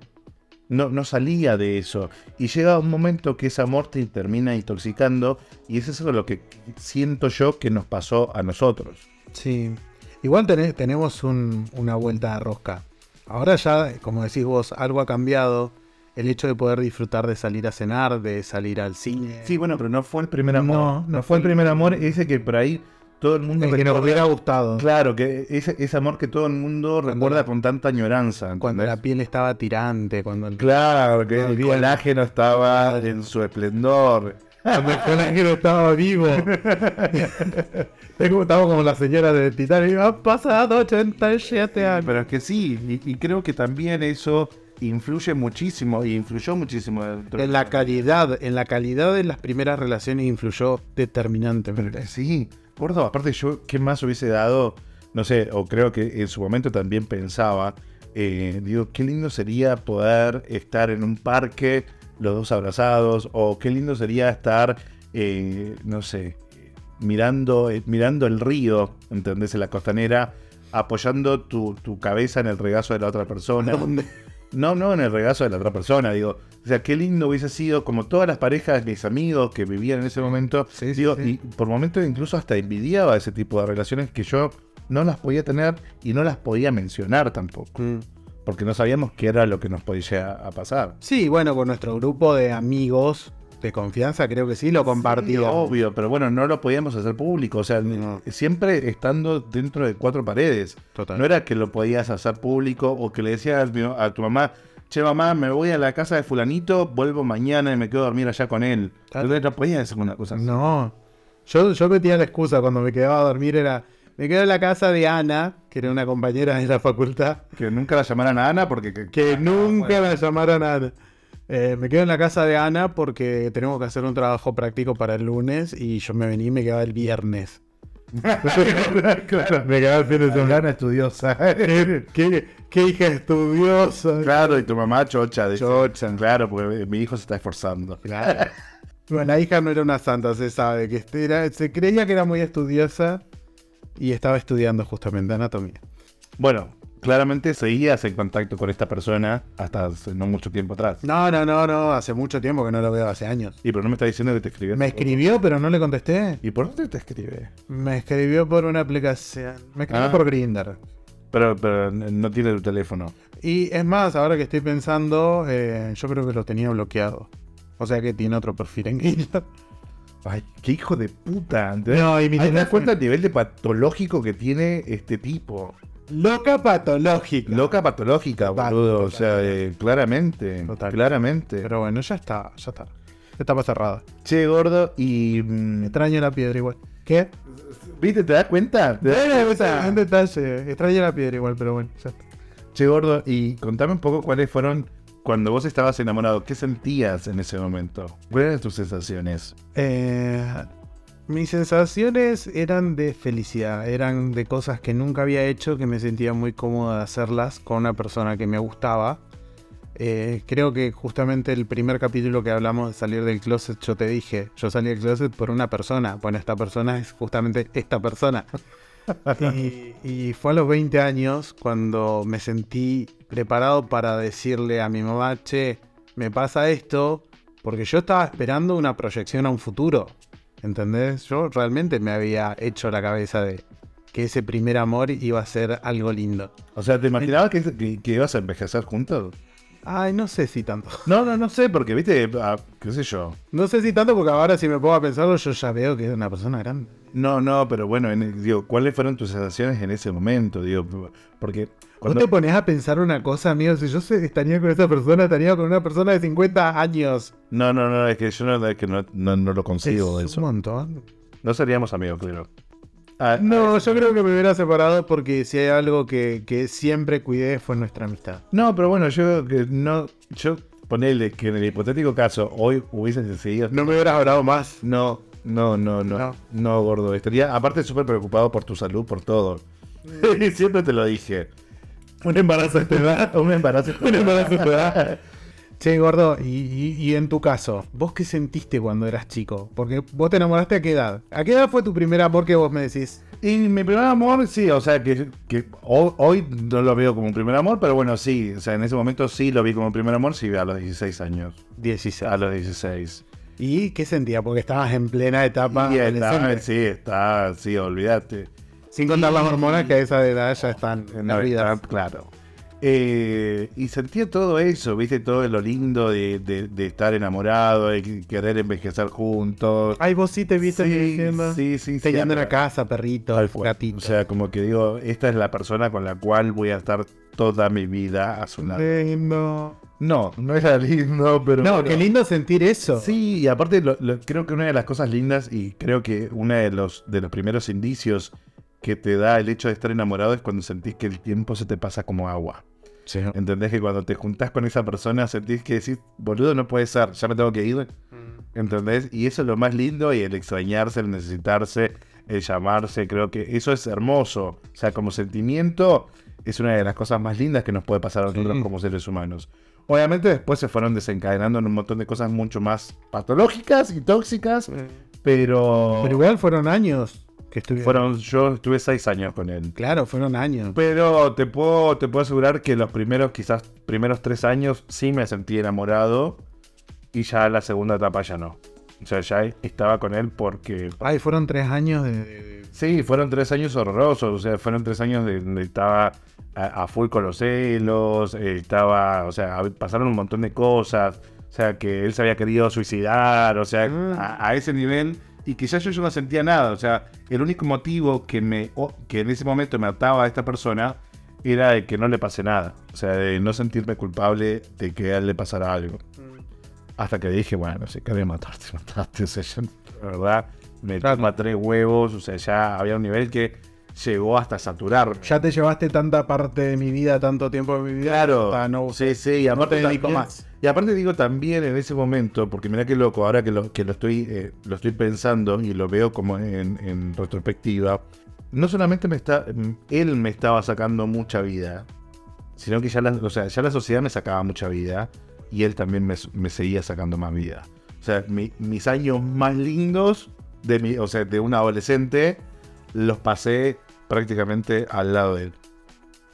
Speaker 1: no, no salía de eso. Y llega un momento que ese amor te termina intoxicando y es eso lo que siento yo que nos pasó a nosotros.
Speaker 2: Sí. Igual tené- tenemos un- una vuelta de rosca. Ahora ya, como decís vos, algo ha cambiado. El hecho de poder disfrutar de salir a cenar, de salir al cine.
Speaker 1: Sí, bueno, pero no fue el primer amor.
Speaker 2: amor.
Speaker 1: No, no fue el primer amor ese que por ahí todo el mundo...
Speaker 2: El que nos
Speaker 1: recuerda-
Speaker 2: hubiera gustado.
Speaker 1: Claro, que ese, ese amor que todo el mundo recuerda con tanta añoranza. ¿entendés?
Speaker 2: Cuando la piel estaba tirante, cuando el,
Speaker 1: Claro, que
Speaker 2: Ah,
Speaker 1: el
Speaker 2: bien.
Speaker 1: colágeno estaba en su esplendor.
Speaker 2: cuando Ah, el colágeno estaba vivo. es como estaba como la señora de Titanic. Han pasado 87 años.
Speaker 1: Pero es que sí, y, y creo que también eso influye muchísimo y influyó muchísimo dentro
Speaker 2: En la calidad, en la calidad de las primeras relaciones influyó
Speaker 1: Pero que
Speaker 2: determinantemente.
Speaker 1: sí, gordo, aparte yo, ¿qué más hubiese dado? No sé, o creo que en su momento también pensaba, eh, digo, qué lindo sería poder estar en un parque los dos abrazados, o qué lindo sería estar, eh, no sé, mirando, eh, mirando el río, ¿entendés? En la costanera, apoyando tu, tu cabeza en el regazo de la otra persona. No, no en el regazo de la otra persona, digo. O sea, qué lindo hubiese sido, como todas las parejas, mis amigos que vivían en ese momento.
Speaker 2: Sí, sí,
Speaker 1: digo,
Speaker 2: sí.
Speaker 1: y por momentos incluso hasta envidiaba ese tipo de relaciones que yo no las podía tener y no las podía mencionar tampoco.
Speaker 2: Mm.
Speaker 1: Porque no sabíamos qué era lo que nos podía llegar a pasar.
Speaker 2: Sí, bueno, con nuestro grupo de amigos de confianza creo que sí lo
Speaker 1: Sí,
Speaker 2: compartimos.
Speaker 1: obvio, pero bueno, no lo podíamos hacer público. O sea,
Speaker 2: No.
Speaker 1: siempre estando dentro de cuatro paredes.
Speaker 2: Total.
Speaker 1: No era que lo podías hacer público o que le decías a tu- a tu mamá, che mamá, me voy a la casa de fulanito, vuelvo mañana y me quedo a dormir allá con él.
Speaker 2: Claro.
Speaker 1: Entonces no podías hacer una cosa así.
Speaker 2: No. Yo, yo metía la excusa cuando me quedaba a dormir era me quedo en la casa de Ana, que era una compañera de la facultad,
Speaker 1: Que nunca la llamaran a Ana porque... que-
Speaker 2: que nunca la llamaron Ana. Eh, me quedo en la casa de Ana porque tenemos que hacer un trabajo práctico para el lunes y yo me venía y me quedaba el viernes.
Speaker 1: claro.
Speaker 2: Me quedaba el fin de semana.
Speaker 1: Ana estudiosa.
Speaker 2: ¿Qué, qué hija estudiosa.
Speaker 1: claro, y tu mamá chocha. dice.
Speaker 2: Chocha.
Speaker 1: Claro, porque mi hijo se está esforzando.
Speaker 2: Claro. Bueno, la hija no era una santa, se sabe, que este era- se creía que era muy estudiosa y estaba estudiando justamente anatomía.
Speaker 1: Bueno, claramente seguías en contacto con esta persona hasta hace no mucho tiempo atrás.
Speaker 2: No, no, no, no, hace mucho tiempo que no lo veo, hace años.
Speaker 1: Y pero no me está diciendo que te escribió.
Speaker 2: Me escribió, pero no le contesté.
Speaker 1: ¿Y por dónde te escribe?
Speaker 2: Me escribió por una aplicación. Me escribió
Speaker 1: Ah.
Speaker 2: por Grinder.
Speaker 1: Pero, pero no tiene tu teléfono.
Speaker 2: Y es más, ahora que estoy pensando, eh, yo creo que lo tenía bloqueado. O sea que tiene otro perfil en Grindr.
Speaker 1: Ay, qué hijo de puta. ¿entendés?
Speaker 2: No, y mi
Speaker 1: Ahí te das
Speaker 2: teléfono-
Speaker 1: cuenta el nivel de patológico que tiene este tipo.
Speaker 2: Loca patológica.
Speaker 1: Loca patológica,
Speaker 2: Total,
Speaker 1: boludo. O
Speaker 2: total.
Speaker 1: sea, eh, claramente.
Speaker 2: Total.
Speaker 1: Claramente.
Speaker 2: Pero bueno, ya está, ya está. Etapa cerrada.
Speaker 1: Che, gordo, y. mm,
Speaker 2: Extraño la piedra igual. ¿Qué?
Speaker 1: ¿Viste? ¿Te das cuenta? ¿Te das
Speaker 2: Bueno, o
Speaker 1: cuenta?
Speaker 2: sea, un detalle. Extraño la piedra igual, pero bueno, ya está.
Speaker 1: Che, gordo, y contame un poco cuáles fueron. Cuando vos estabas enamorado, ¿qué sentías en ese momento? ¿Cuáles eran tus sensaciones?
Speaker 2: Eh, mis sensaciones eran de felicidad, eran de cosas que nunca había hecho, que me sentía muy cómoda de hacerlas con una persona que me gustaba. Eh, creo que justamente el primer capítulo que hablamos de salir del closet, yo te dije, yo salí del closet por una persona. Bueno, esta persona es justamente esta persona. Y, y fue a los 20 años cuando me sentí preparado para decirle a mi mamá, che, me pasa esto, porque yo estaba esperando una proyección a un futuro. ¿Entendés? Yo realmente me había hecho la cabeza de que ese primer amor iba a ser algo lindo.
Speaker 1: O sea, ¿te imaginabas que, que- que ibas a envejecer juntos?
Speaker 2: Ay, no sé si tanto.
Speaker 1: No, no, no sé, porque, viste, ah, qué sé yo.
Speaker 2: No sé si tanto porque ahora si me pongo a pensarlo yo ya veo que es una persona grande.
Speaker 1: No, no, pero bueno, en- digo, ¿cuáles fueron tus sensaciones en ese momento? Digo, porque cuando...
Speaker 2: Vos te pones a pensar una cosa, amigo, si yo se- estaría con esa persona, estaría con una persona de 50 años.
Speaker 1: No, no, no, es que yo no, es que no, no- no lo consigo
Speaker 2: es
Speaker 1: eso.
Speaker 2: un montón.
Speaker 1: No seríamos amigos, claro. Ah,
Speaker 2: No, yo creo que me hubiera separado porque si hay algo que, que siempre cuidé fue nuestra amistad.
Speaker 1: No, pero bueno, yo que no, yo ponele que en el hipotético caso hoy hubiesen seguido.
Speaker 2: No me hubieras hablado más.
Speaker 1: No, no, no, no, no,
Speaker 2: No.
Speaker 1: gordo. Estaría aparte súper preocupado por tu salud, por todo. Siempre te lo dije.
Speaker 2: Un embarazo a esta edad.
Speaker 1: Un embarazo.
Speaker 2: Un embarazo a esta edad. Che, gordo, y, y- y en tu caso, ¿vos qué sentiste cuando eras chico? Porque vos te enamoraste a qué edad. ¿A qué edad fue tu primer amor que vos me decís?
Speaker 1: Y mi primer amor, sí, o sea, que, que ho- hoy no lo veo como un primer amor, pero bueno, sí, o sea, en ese momento sí lo vi como un primer amor, sí, a los 16 años.
Speaker 2: 16.
Speaker 1: A los 16.
Speaker 2: ¿Y qué sentías? Porque estabas en plena etapa
Speaker 1: Y está, eh,
Speaker 2: adolescente.
Speaker 1: sí, está, sí, olvídate.
Speaker 2: Sin contar las hormonas que a esa edad ya están
Speaker 1: Eh,
Speaker 2: en
Speaker 1: no,
Speaker 2: la vida.
Speaker 1: está- claro. Eh, y sentía todo eso, viste, todo lo lindo de, de- de estar enamorado, de que- querer envejecer juntos.
Speaker 2: Ay, vos sí te viste
Speaker 1: sí,
Speaker 2: envejeciendo.
Speaker 1: sí, sí, sí,
Speaker 2: Teniendo
Speaker 1: a-
Speaker 2: una casa, perrito,
Speaker 1: tal cual.
Speaker 2: gatito.
Speaker 1: O sea, como que digo, esta es la persona con la cual voy a estar toda mi vida a su lado.
Speaker 2: Lindo.
Speaker 1: No, no era lindo, pero.
Speaker 2: No,
Speaker 1: bueno.
Speaker 2: qué lindo sentir eso.
Speaker 1: Sí, y aparte lo- lo- creo que una de las cosas lindas y creo que uno de los, de los primeros indicios que te da el hecho de estar enamorado es cuando sentís que el tiempo se te pasa como agua. ¿Entendés que cuando te juntás con esa persona sentís que decís, boludo, no puede ser, ya me tengo que ir?
Speaker 2: Mm.
Speaker 1: ¿Entendés? Y eso es lo más lindo y el extrañarse, el necesitarse, el llamarse, creo que eso es hermoso. O sea, como sentimiento es una de las cosas más lindas que nos puede pasar a nosotros como seres humanos. Obviamente después se fueron desencadenando en un montón de cosas mucho más patológicas y tóxicas, pero,
Speaker 2: Pero igual fueron años que estuvieron.
Speaker 1: fueron, yo estuve seis años con él.
Speaker 2: Claro, fueron años.
Speaker 1: Pero te puedo, te puedo asegurar que los primeros, quizás primeros tres años sí me sentí enamorado y ya la segunda etapa ya no. O sea, ya estaba con él porque...
Speaker 2: Ay, fueron tres años de- de- de-
Speaker 1: Sí, fueron tres años horrorosos, o sea, fueron tres años de donde estaba a, a full con los celos, eh, estaba, o sea, hab- pasaron un montón de cosas, o sea, que él se había querido suicidar, o sea,
Speaker 2: Mm.
Speaker 1: a, a ese nivel, y quizás yo, yo no sentía nada, o sea, el único motivo que, me, o- que en ese momento me ataba a esta persona era de que no le pase nada, o sea, de no sentirme culpable de que a él le pasara algo.
Speaker 2: Mm.
Speaker 1: Hasta que dije, bueno, si quería matarte, mataste. O sea, yo, la verdad, me
Speaker 2: Claro.
Speaker 1: toma tres huevos. O sea, ya había un nivel que llegó hasta saturarme.
Speaker 2: Ya te llevaste tanta parte de mi vida, tanto tiempo de mi vida.
Speaker 1: Claro.
Speaker 2: hasta no-
Speaker 1: sí, sí. Y aparte,
Speaker 2: te dedico
Speaker 1: también-
Speaker 2: más.
Speaker 1: y aparte digo también en ese momento, porque mirá qué loco, ahora que lo, que lo, estoy, eh, lo estoy pensando y lo veo como en, en retrospectiva, no solamente me está, él me estaba sacando mucha vida, sino que ya la, o sea, ya la sociedad me sacaba mucha vida y él también me, me seguía sacando más vida. O sea, mi- mis años más lindos de, mi, o sea, de un adolescente los pasé prácticamente al lado de él.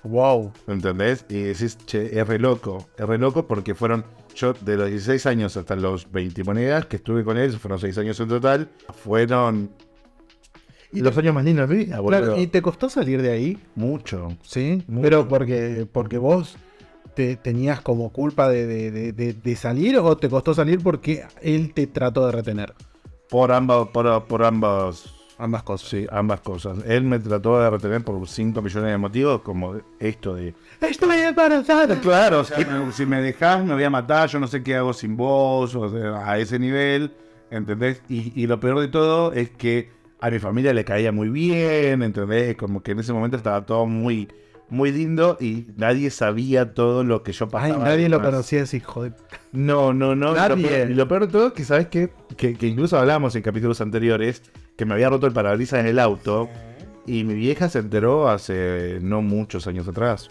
Speaker 2: Wow.
Speaker 1: ¿Entendés? Y decís, che, es re loco. Es re loco porque fueron, yo de los 16 años hasta los 20 monedas que estuve con él, fueron 6 años en total, fueron
Speaker 2: Y
Speaker 1: los años más lindos de mi vida,
Speaker 2: Claro,
Speaker 1: boludo.
Speaker 2: ¿y te costó salir de ahí?
Speaker 1: Mucho.
Speaker 2: Sí.
Speaker 1: Mucho.
Speaker 2: Pero porque, porque vos te tenías como culpa de, de- de- de- de salir o te costó salir porque él te trató de retener.
Speaker 1: Por ambas, por, por ambas,
Speaker 2: Ambas cosas.
Speaker 1: sí, ambas cosas. Él me trató de retener por 5 millones de motivos, como esto de...
Speaker 2: Estoy embarazada.
Speaker 1: Claro, o sea, me- si me dejás me voy a matar, yo no sé qué hago sin vos, o sea, a ese nivel, ¿entendés? Y, y lo peor de todo es que a mi familia le caía muy bien, ¿entendés? Como que en ese momento estaba todo muy, muy lindo y nadie sabía todo lo que yo
Speaker 2: Ay,
Speaker 1: pasaba.
Speaker 2: nadie lo
Speaker 1: además.
Speaker 2: conocía así, joder.
Speaker 1: No, no, no. y lo
Speaker 2: Nadie.
Speaker 1: peor- Y lo peor de todo es que, ¿sabes qué? Que, que incluso hablábamos en capítulos anteriores que me había roto el parabrisas en el auto y mi vieja se enteró hace no muchos años atrás.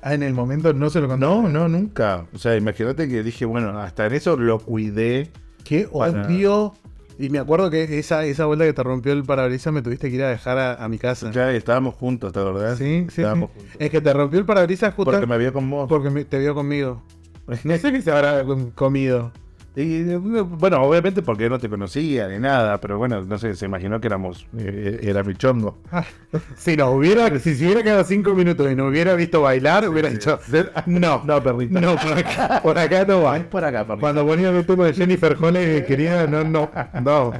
Speaker 2: Ah, en el momento no se lo contó.
Speaker 1: No, no, nunca. O sea, imagínate que dije, bueno, hasta en eso lo cuidé.
Speaker 2: Qué
Speaker 1: Para-
Speaker 2: odio Y me acuerdo que esa, esa vuelta que te rompió el parabrisas me tuviste que ir a dejar a, a mi casa.
Speaker 1: Ya estábamos juntos, ¿te acordás?
Speaker 2: Sí, sí.
Speaker 1: Estábamos
Speaker 2: sí.
Speaker 1: juntos.
Speaker 2: Es que te rompió el parabrisas justo
Speaker 1: Porque me vio con vos.
Speaker 2: porque me- te vio conmigo. No sé qué se habrá com- comido.
Speaker 1: Y, eh, bueno, obviamente porque no te conocía ni nada, pero bueno, no sé, se imaginó que éramos, eh, era mi chongo.
Speaker 2: Si nos hubiera, si se hubiera quedado cinco minutos y nos hubiera visto bailar, hubiera dicho, no, no,
Speaker 1: No, perrita.
Speaker 2: por acá, por acá no va.
Speaker 1: es por acá, perrita.
Speaker 2: Cuando ponía el tema de Jennifer Jones quería, no, no, no.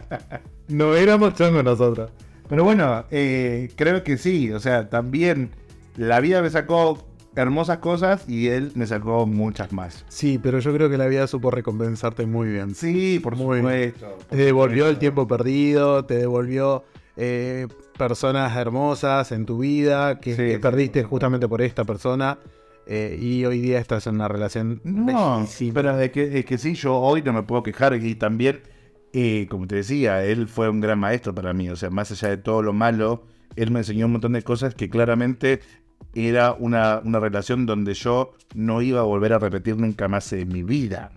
Speaker 2: No éramos chongos nosotros.
Speaker 1: Pero bueno, eh, creo que sí, o sea, también la vida me sacó hermosas cosas y él me sacó muchas más.
Speaker 2: Sí, pero yo creo que la vida supo recompensarte muy bien.
Speaker 1: Sí, por
Speaker 2: Muy bien.
Speaker 1: supuesto. por
Speaker 2: Te devolvió el
Speaker 1: supuesto.
Speaker 2: tiempo perdido, te devolvió eh, personas hermosas en tu vida que,
Speaker 1: Sí,
Speaker 2: que
Speaker 1: sí,
Speaker 2: perdiste
Speaker 1: por supuesto.
Speaker 2: justamente por esta persona eh, y hoy día estás en una relación
Speaker 1: No,
Speaker 2: bellísima.
Speaker 1: pero es que, es que sí, yo hoy no me puedo quejar y también, eh, como te decía, él fue un gran maestro para mí, o sea, más allá de todo lo malo, él me enseñó un montón de cosas que claramente era una, una relación donde yo no iba a volver a repetir nunca más en mi vida.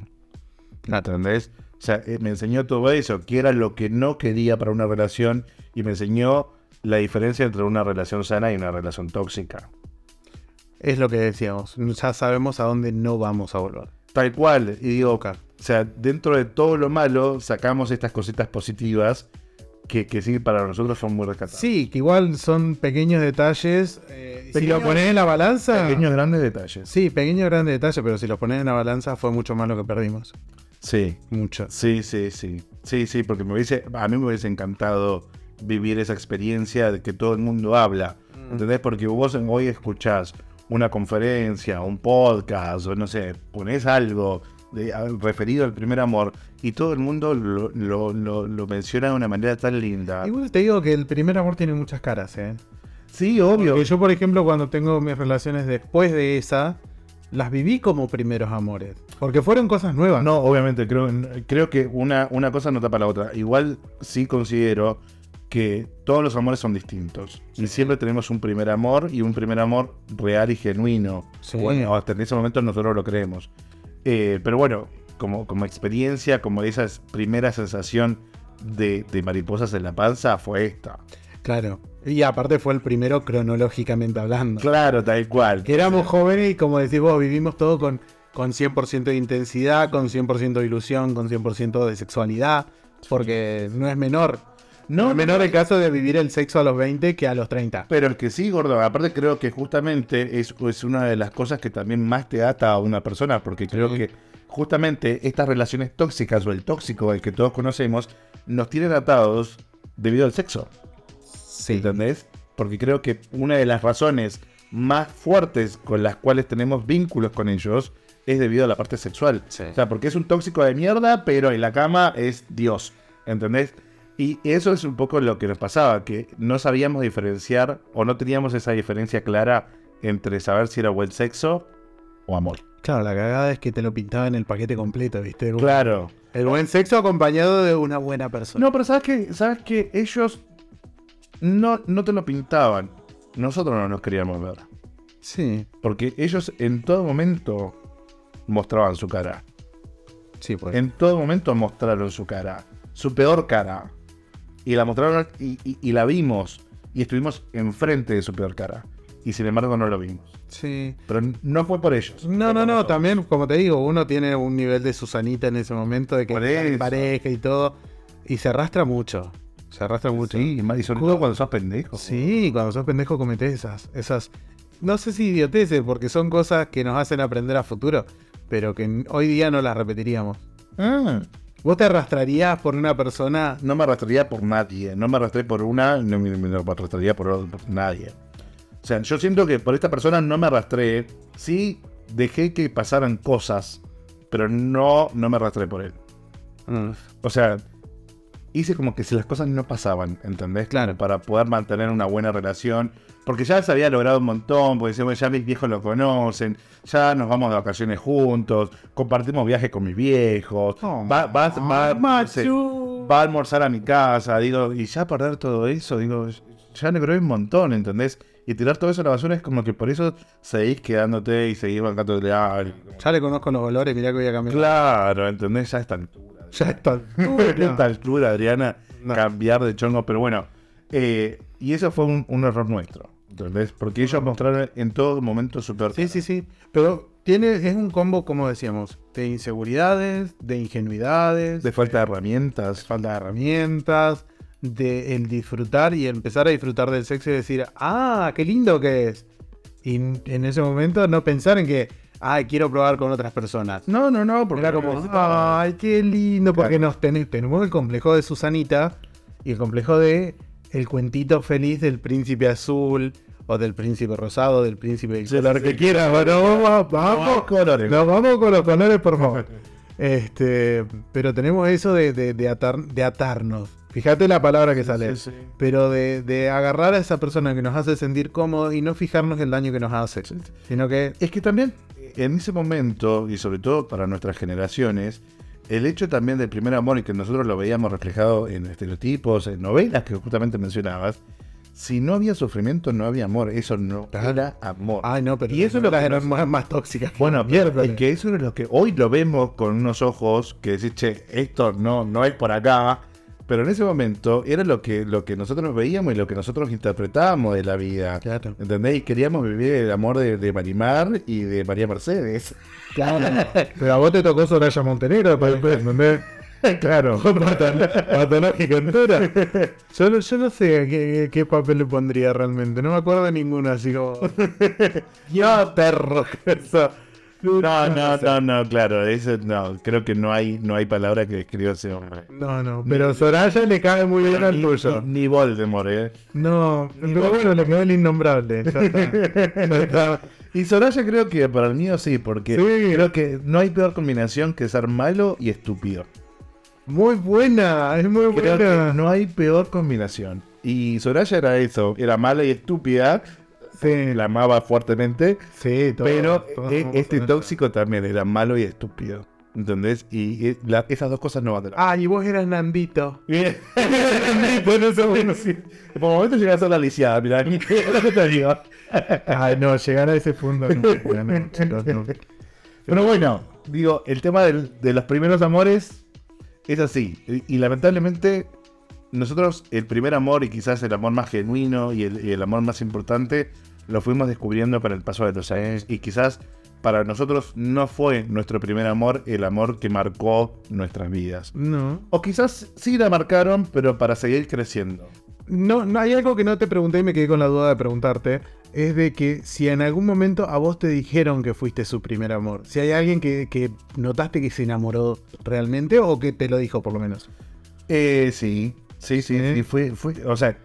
Speaker 1: ¿Entendés? O sea, eh, me enseñó todo eso, que era lo que no quería para una relación y me enseñó la diferencia entre una relación sana y una relación tóxica.
Speaker 2: Es lo que decíamos, ya sabemos a dónde no vamos a volver.
Speaker 1: Tal cual. Y digo,
Speaker 2: Ok.
Speaker 1: o sea, dentro de todo lo malo, sacamos estas cositas positivas que, que sí, para nosotros son muy rescatables.
Speaker 2: Sí, que igual son pequeños detalles. eh, si
Speaker 1: Pequeños-
Speaker 2: lo pones en la balanza...
Speaker 1: Pequeños grandes detalles.
Speaker 2: Sí, pequeño grande detalle, pero si los pones en la balanza fue mucho más lo que perdimos.
Speaker 1: Sí,
Speaker 2: Mucho.
Speaker 1: sí, sí, sí. Sí, sí, porque me hubiese, a mí me hubiese encantado vivir esa experiencia de que todo el mundo habla.
Speaker 2: Mm.
Speaker 1: ¿Entendés? Porque vos en- hoy escuchás una conferencia, un podcast, o no sé, ponés algo de- a- referido al primer amor y todo el mundo lo, lo- lo- lo menciona de una manera tan linda.
Speaker 2: Igual te digo que el primer amor tiene muchas caras, ¿eh?
Speaker 1: Sí, obvio.
Speaker 2: Porque yo, por ejemplo, cuando tengo mis relaciones después de esa, las viví como primeros amores. Porque fueron cosas nuevas.
Speaker 1: No, obviamente, creo, creo que una, una cosa no tapa la otra. Igual sí considero que todos los amores son distintos. Y siempre tenemos un primer amor y un primer amor real y genuino.
Speaker 2: Sí.
Speaker 1: Bueno, hasta en ese momento nosotros lo creemos. Eh, pero bueno, como, como experiencia, como esa es- primera sensación de, de mariposas en la panza fue esta.
Speaker 2: Claro. Y aparte fue el primero cronológicamente hablando.
Speaker 1: Claro, tal cual.
Speaker 2: Que éramos jóvenes y como decís vos, vivimos todo con, con 100% de intensidad, con 100% de ilusión, con 100% de sexualidad. Porque no es menor. No es menor el caso de vivir el sexo a los 20 que a los 30.
Speaker 1: Pero es que sí, gordo. Aparte creo que justamente es, es una de las cosas que también más te ata a una persona, porque creo
Speaker 2: Sí.
Speaker 1: que justamente estas relaciones tóxicas o el tóxico, el que todos conocemos, nos tienen atados debido al sexo,
Speaker 2: Sí.
Speaker 1: ¿entendés? Porque creo que una de las razones más fuertes con las cuales tenemos vínculos con ellos es debido a la parte sexual.
Speaker 2: Sí.
Speaker 1: O sea, porque es un tóxico de mierda, pero en la cama es Dios, ¿entendés? Y eso es un poco lo que nos pasaba, que no sabíamos diferenciar o no teníamos esa diferencia clara entre saber si era buen sexo o amor.
Speaker 2: Claro, la cagada es que te lo pintaba en el paquete completo, ¿viste?
Speaker 1: Claro.
Speaker 2: El buen sexo acompañado de una buena persona.
Speaker 1: No, pero sabes que sabes que ellos no, no te lo pintaban. Nosotros no nos queríamos ver.
Speaker 2: Sí,
Speaker 1: Porque ellos en todo momento mostraban su cara.
Speaker 2: sí, pues. por
Speaker 1: En todo momento mostraron su cara, su peor cara. Y la mostraron y, y- y la vimos. Y estuvimos enfrente de su peor cara. Y sin embargo no lo vimos.
Speaker 2: Sí.
Speaker 1: Pero no fue por ellos.
Speaker 2: No, no,
Speaker 1: también.
Speaker 2: no, también, como te digo, uno tiene un nivel de Susanita en ese momento, de que
Speaker 1: Por
Speaker 2: está en
Speaker 1: eso.
Speaker 2: pareja y todo, y se arrastra mucho. Se arrastra mucho.
Speaker 1: Sí, y más- y sobre todo cuando sos pendejo.
Speaker 2: Sí, cuando sos pendejo cometés esas, esas, no sé si idioteces, porque son cosas que nos hacen aprender a futuro, pero que n- hoy día no las repetiríamos.
Speaker 1: Ah,
Speaker 2: ¿Vos te arrastrarías por una persona?
Speaker 1: no me arrastraría por nadie. No me arrastré por una, no me, me arrastraría por, otra- por nadie. O sea, yo siento que por esta persona no me arrastré. Sí, dejé que pasaran cosas. Pero no, no me arrastré por él. O sea, hice como que si las cosas no pasaban, ¿entendés?
Speaker 2: Claro.
Speaker 1: Para poder mantener una buena relación. Porque ya se había logrado un montón, porque decía, bueno, ya mis viejos lo conocen, ya nos vamos de vacaciones juntos, compartimos viajes con mis viejos,
Speaker 2: Oh,
Speaker 1: va, vas- va- no sé,
Speaker 2: macho.
Speaker 1: va a almorzar a mi casa, digo, y ya perder todo eso, digo, ya logré un montón, ¿entendés? Y tirar todo eso a la basura es como que por eso seguís quedándote y seguís bancándote. ah,
Speaker 2: Ya le conozco los olores, mirá que voy a cambiar.
Speaker 1: Claro, ¿entendés? Ya a esta altura.
Speaker 2: Ya está.
Speaker 1: a esta altura, Adriana,
Speaker 2: No.
Speaker 1: cambiar de chongo, pero bueno. eh, y eso fue un, un error nuestro, ¿entendés? Porque ellos mostraron en todo momento su peor
Speaker 2: Sí, sí, sí. Pero tiene, es un combo, como decíamos, de inseguridades, de ingenuidades,
Speaker 1: de falta de herramientas.
Speaker 2: falta de herramientas, de el disfrutar y empezar a disfrutar del sexo y decir, ah, qué lindo que es. Y n- en ese momento no pensar en que, ay, quiero probar con otras personas.
Speaker 1: No, no, no, porque
Speaker 2: Era como, ay, qué lindo, porque
Speaker 1: Claro.
Speaker 2: nos tenemos, tenemos el complejo de Susanita y el complejo de el cuentito feliz del príncipe azul o del príncipe rosado, del príncipe del
Speaker 1: Sí,
Speaker 2: color
Speaker 1: sí,
Speaker 2: que
Speaker 1: sí.
Speaker 2: quiera, pero vamos, vamos
Speaker 1: Vamos, colores.
Speaker 2: nos vamos con los colores, por favor. Este, pero tenemos eso de, de- de atar- de atarnos. Fíjate la palabra que sale.
Speaker 1: Sí, sí.
Speaker 2: Pero de, de agarrar a esa persona que nos hace sentir cómodo y no fijarnos el daño que nos hace.
Speaker 1: Sí, sí.
Speaker 2: Sino que.
Speaker 1: Es que también eh, en ese momento, y sobre todo para nuestras generaciones, el hecho también del primer amor y que nosotros lo veíamos reflejado en estereotipos, en novelas que justamente mencionabas, si no había sufrimiento, no había amor. Eso no era amor.
Speaker 2: Ay, no, pero.
Speaker 1: Y eso es lo
Speaker 2: las
Speaker 1: que nos-
Speaker 2: eran más, más tóxicas.
Speaker 1: Bueno,
Speaker 2: Miércoles.
Speaker 1: es que eso es lo que hoy lo vemos con unos ojos que decís, che, esto no, no es por acá. Pero en ese momento era lo que, lo que nosotros veíamos y lo que nosotros interpretábamos de la vida.
Speaker 2: Claro.
Speaker 1: ¿Entendés? Y queríamos vivir el amor de, de Marimar y de María Mercedes.
Speaker 2: Pero a vos te tocó Soraya Montenegro, para ¿entendés?
Speaker 1: claro.
Speaker 2: Patológica entera. Yo, no- yo no sé qué, qué papel le pondría realmente. No me acuerdo de ninguno, así como.
Speaker 1: Yo perro. No, no, no, no, claro. Eso no. Creo que no hay, no hay palabra que describa ese hombre.
Speaker 2: No, no, pero Soraya le cae muy bien al
Speaker 1: Ni-
Speaker 2: tuyo.
Speaker 1: Ni, ni Voldemort, eh.
Speaker 2: No, pero bueno, le quedó el innombrable. ya está. Ya está.
Speaker 1: Y Soraya creo que para el mío sí, porque
Speaker 2: Sí.
Speaker 1: creo que no hay peor combinación que ser malo y estúpido.
Speaker 2: Muy buena, es muy
Speaker 1: Creo que
Speaker 2: buena.
Speaker 1: no hay peor combinación. Y Soraya era eso, era mala y estúpida,
Speaker 2: Sí,
Speaker 1: la amaba fuertemente,
Speaker 2: sí, todo-
Speaker 1: pero
Speaker 2: todo-
Speaker 1: eh, este tóxico también era malo y estúpido. ¿Entendés? Y eh, la- esas dos cosas no van de la
Speaker 2: Ah, y vos eras Nandito.
Speaker 1: Bien. bueno, eso bueno, sí. Por momento llegas a la lisiada, mirá. lo que te digo.
Speaker 2: Ay, no, llegar a ese punto nunca, no, chicos, no.
Speaker 1: Pero bueno, digo, el tema del- de los primeros amores es así. Y, y lamentablemente, nosotros el primer amor y quizás el amor más genuino y el, y el amor más importante lo fuimos descubriendo con el paso de los años. Y quizás para nosotros no fue nuestro primer amor el amor que marcó nuestras vidas.
Speaker 2: No.
Speaker 1: O quizás sí la marcaron, pero para seguir creciendo.
Speaker 2: No, no, hay algo que no te pregunté y me quedé con la duda de preguntarte. Es de que si en algún momento a vos te dijeron que fuiste su primer amor, si hay alguien que, que notaste que se enamoró realmente o que te lo dijo por lo menos.
Speaker 1: Eh, sí, sí, sí,
Speaker 2: ¿Eh?
Speaker 1: sí, fue, fue, o sea,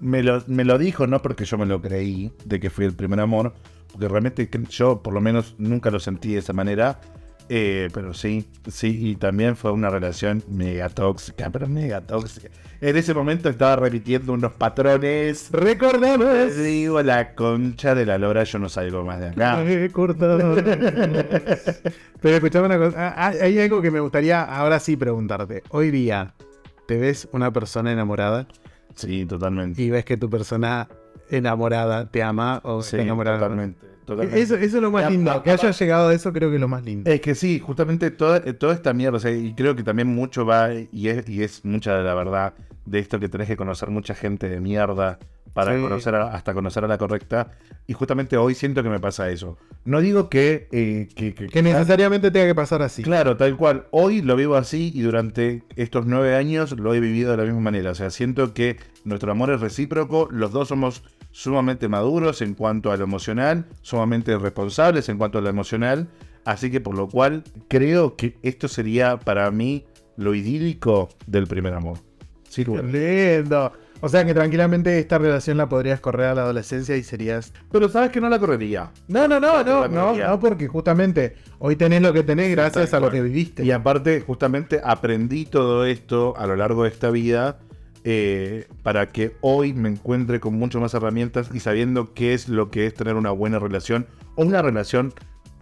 Speaker 1: me lo, me lo dijo no porque yo me lo creí de que fui el primer amor, porque realmente que yo por lo menos nunca lo sentí de esa manera, eh, pero sí, sí, y también fue una relación mega tóxica, pero mega tóxica. En ese momento estaba repitiendo unos patrones.
Speaker 2: Recordamos.
Speaker 1: Digo, la concha de la lora, yo no salgo más de acá.
Speaker 2: Recordamos. Pero escuchame una cosa. ah, ah, Hay algo que me gustaría ahora sí preguntarte. Hoy día, ¿te ves una persona enamorada
Speaker 1: Sí, totalmente.
Speaker 2: y ves que tu persona enamorada te ama o
Speaker 1: Sí,
Speaker 2: está enamorada?
Speaker 1: totalmente, totalmente.
Speaker 2: Eso, eso es lo más
Speaker 1: Ya, Eh,
Speaker 2: lindo.
Speaker 1: pa-
Speaker 2: Que haya llegado a eso creo que es lo más lindo.
Speaker 1: Es que sí, justamente toda, eh, toda esta mierda, o sea, y creo que también mucho va, y es, y es mucha de la verdad, de esto que tenés que conocer mucha gente de mierda para
Speaker 2: Sí.
Speaker 1: conocer a- hasta conocer a la correcta. Y justamente hoy siento que me pasa eso. No digo que... eh, que, que-
Speaker 2: Que necesariamente tenga que pasar así.
Speaker 1: Claro, tal cual. Hoy lo vivo así y durante estos nueve años lo he vivido de la misma manera. O sea, siento que nuestro amor es recíproco, los dos somos sumamente maduros en cuanto a lo emocional, sumamente responsables en cuanto a lo emocional. Así que por lo cual creo que esto sería para mí lo idílico del primer amor. Sí,
Speaker 2: Qué
Speaker 1: bueno.
Speaker 2: Lindo. O sea que tranquilamente esta relación la podrías correr a la adolescencia y serías
Speaker 1: Pero sabes que no la correría.
Speaker 2: No, no, no, no,
Speaker 1: la
Speaker 2: no,
Speaker 1: mayoría.
Speaker 2: no, porque justamente hoy tenés lo que tenés gracias
Speaker 1: tal
Speaker 2: a lo
Speaker 1: cual.
Speaker 2: que viviste.
Speaker 1: Y aparte, justamente aprendí todo esto a lo largo de esta vida eh, para que hoy me encuentre con mucho más herramientas y sabiendo qué es lo que es tener una buena relación o una relación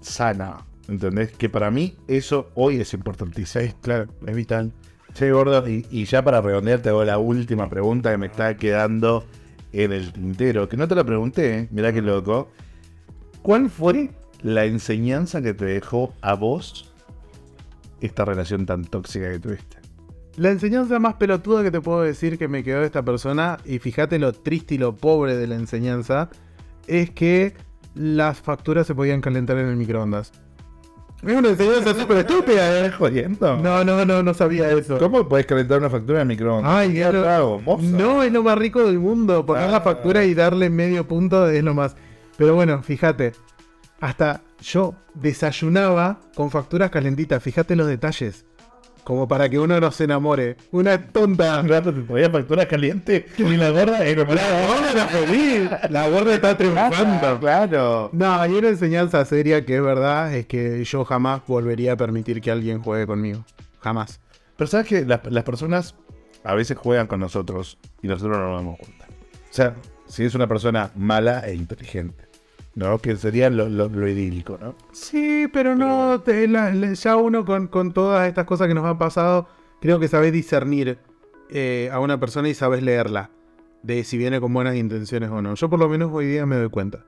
Speaker 1: sana. ¿Entendés? Que para mí eso hoy es importantísimo.
Speaker 2: claro, es vital.
Speaker 1: Che, gordo, y, y ya para redondear te hago la última pregunta que me está quedando en el tintero, que no te la pregunté, ¿eh? mirá qué loco. ¿Cuál fue la enseñanza que te dejó a vos esta relación tan tóxica que tuviste?
Speaker 2: La enseñanza más pelotuda que te puedo decir que me quedó de esta persona, y fíjate lo triste y lo pobre de la enseñanza, es que las facturas se podían calentar en el microondas. Es una enseñanza súper estúpida, ¿eh?
Speaker 1: ¿Estás jodiendo?
Speaker 2: No, no, no, no sabía eso.
Speaker 1: ¿Cómo puedes calentar una factura en el microondas?
Speaker 2: Ay, ya
Speaker 1: ¿Qué
Speaker 2: lo-
Speaker 1: trago, moza?
Speaker 2: No, es lo más rico del mundo. Poner la
Speaker 1: Ah.
Speaker 2: factura y darle medio punto es lo más. Pero bueno, fíjate. Hasta yo desayunaba con facturas calentitas. Fíjate los detalles. Como para que uno no se enamore. Una tonta.
Speaker 1: Rato te podía factura caliente y la gorda era
Speaker 2: La gorda era feliz. La gorda está triunfando.
Speaker 1: claro.
Speaker 2: No, hay una enseñanza seria que es verdad. Es que yo jamás volvería a permitir que alguien juegue conmigo. Jamás.
Speaker 1: Pero sabes que las, las personas a veces juegan con nosotros y nosotros no nos damos cuenta. O sea, si es una persona mala e inteligente, ¿no? Que sería lo, lo- lo idílico, ¿no?
Speaker 2: Sí, pero no, te- la- la- ya uno con, con todas estas cosas que nos han pasado, creo que sabés discernir eh, a una persona y sabés leerla, de si viene con buenas intenciones o no. Yo por lo menos hoy día me doy cuenta.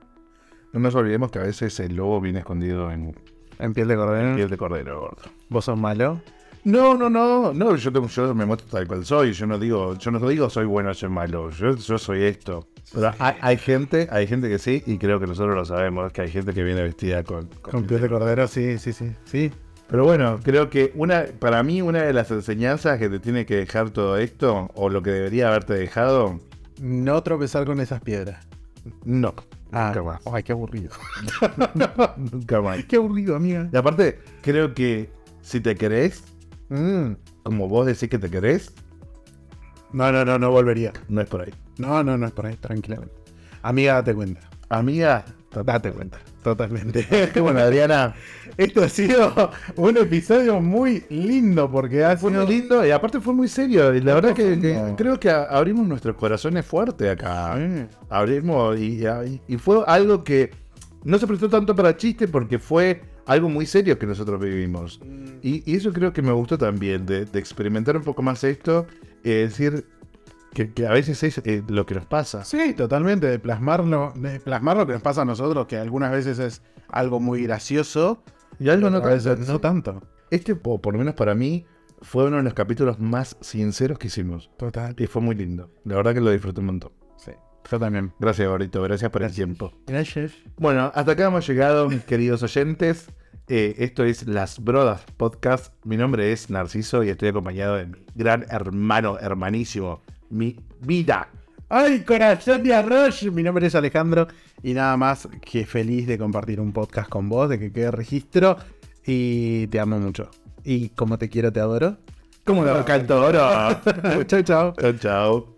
Speaker 1: No nos olvidemos que a veces el lobo viene escondido en
Speaker 2: En piel de cordero.
Speaker 1: piel de cordero, gordo.
Speaker 2: ¿Vos sos malo?
Speaker 1: No, no, no, no, yo, te- yo me muestro tal cual soy, yo no digo, yo no digo soy bueno, soy malo, yo, yo soy esto. Pero hay, hay gente, hay gente que sí, y creo que nosotros lo sabemos, que hay gente que viene vestida con, con-
Speaker 2: Con piel de cordero, sí, sí, sí. Sí.
Speaker 1: Pero bueno, creo que una, para mí una de las enseñanzas que te tiene que dejar todo esto, o lo que debería haberte dejado,
Speaker 2: No tropezar con esas piedras.
Speaker 1: no.
Speaker 2: Ah.
Speaker 1: Nunca más.
Speaker 2: Ay, qué aburrido.
Speaker 1: Nunca más.
Speaker 2: Qué aburrido, amiga.
Speaker 1: Y aparte, creo que si te querés,
Speaker 2: Mm.
Speaker 1: como vos decís que te querés,
Speaker 2: No, no, no, no volvería.
Speaker 1: no es por ahí.
Speaker 2: No, no, no es por ahí, tranquilamente. Amiga, date cuenta.
Speaker 1: Amiga,
Speaker 2: Date cuenta, totalmente.
Speaker 1: qué bueno, Adriana.
Speaker 2: Esto ha sido un episodio muy lindo porque ha
Speaker 1: Fue
Speaker 2: sido-
Speaker 1: muy lindo y aparte fue muy serio. Y la verdad que, que
Speaker 2: profundo.
Speaker 1: creo que a- abrimos nuestros corazones fuerte acá. ¿eh? Abrimos y, y- y fue algo que no se prestó tanto para chiste porque fue algo muy serio que nosotros vivimos.
Speaker 2: Mm.
Speaker 1: Y, y eso creo que me gustó también, de, de experimentar un poco más esto y decir que, que a veces es eh, lo que nos pasa.
Speaker 2: Sí, totalmente, de plasmarlo, de plasmar lo que nos pasa a nosotros, que algunas veces es algo muy gracioso,
Speaker 1: Y algo no,
Speaker 2: pero a veces no tanto.
Speaker 1: Este, po- por lo menos para mí, fue uno de los capítulos más sinceros que hicimos.
Speaker 2: Total.
Speaker 1: Y fue muy lindo. La verdad que lo disfruté un montón.
Speaker 2: Sí, yo también.
Speaker 1: Gracias, Gorito. Gracias por el tiempo.
Speaker 2: Gracias.
Speaker 1: Bueno, hasta acá hemos llegado, mis queridos oyentes. Eh, esto es Las Brodas Podcast. Mi nombre es Narciso y estoy acompañado de mi gran hermano, hermanísimo, mi vida.
Speaker 2: ¡Ay, corazón de arroz! Mi nombre es Alejandro y nada más que feliz de compartir un podcast con vos, de que quede registro y te amo mucho. Y como te quiero, te adoro.
Speaker 1: ¿Cómo lo cantoro?
Speaker 2: chao, chao.
Speaker 1: chao, chao.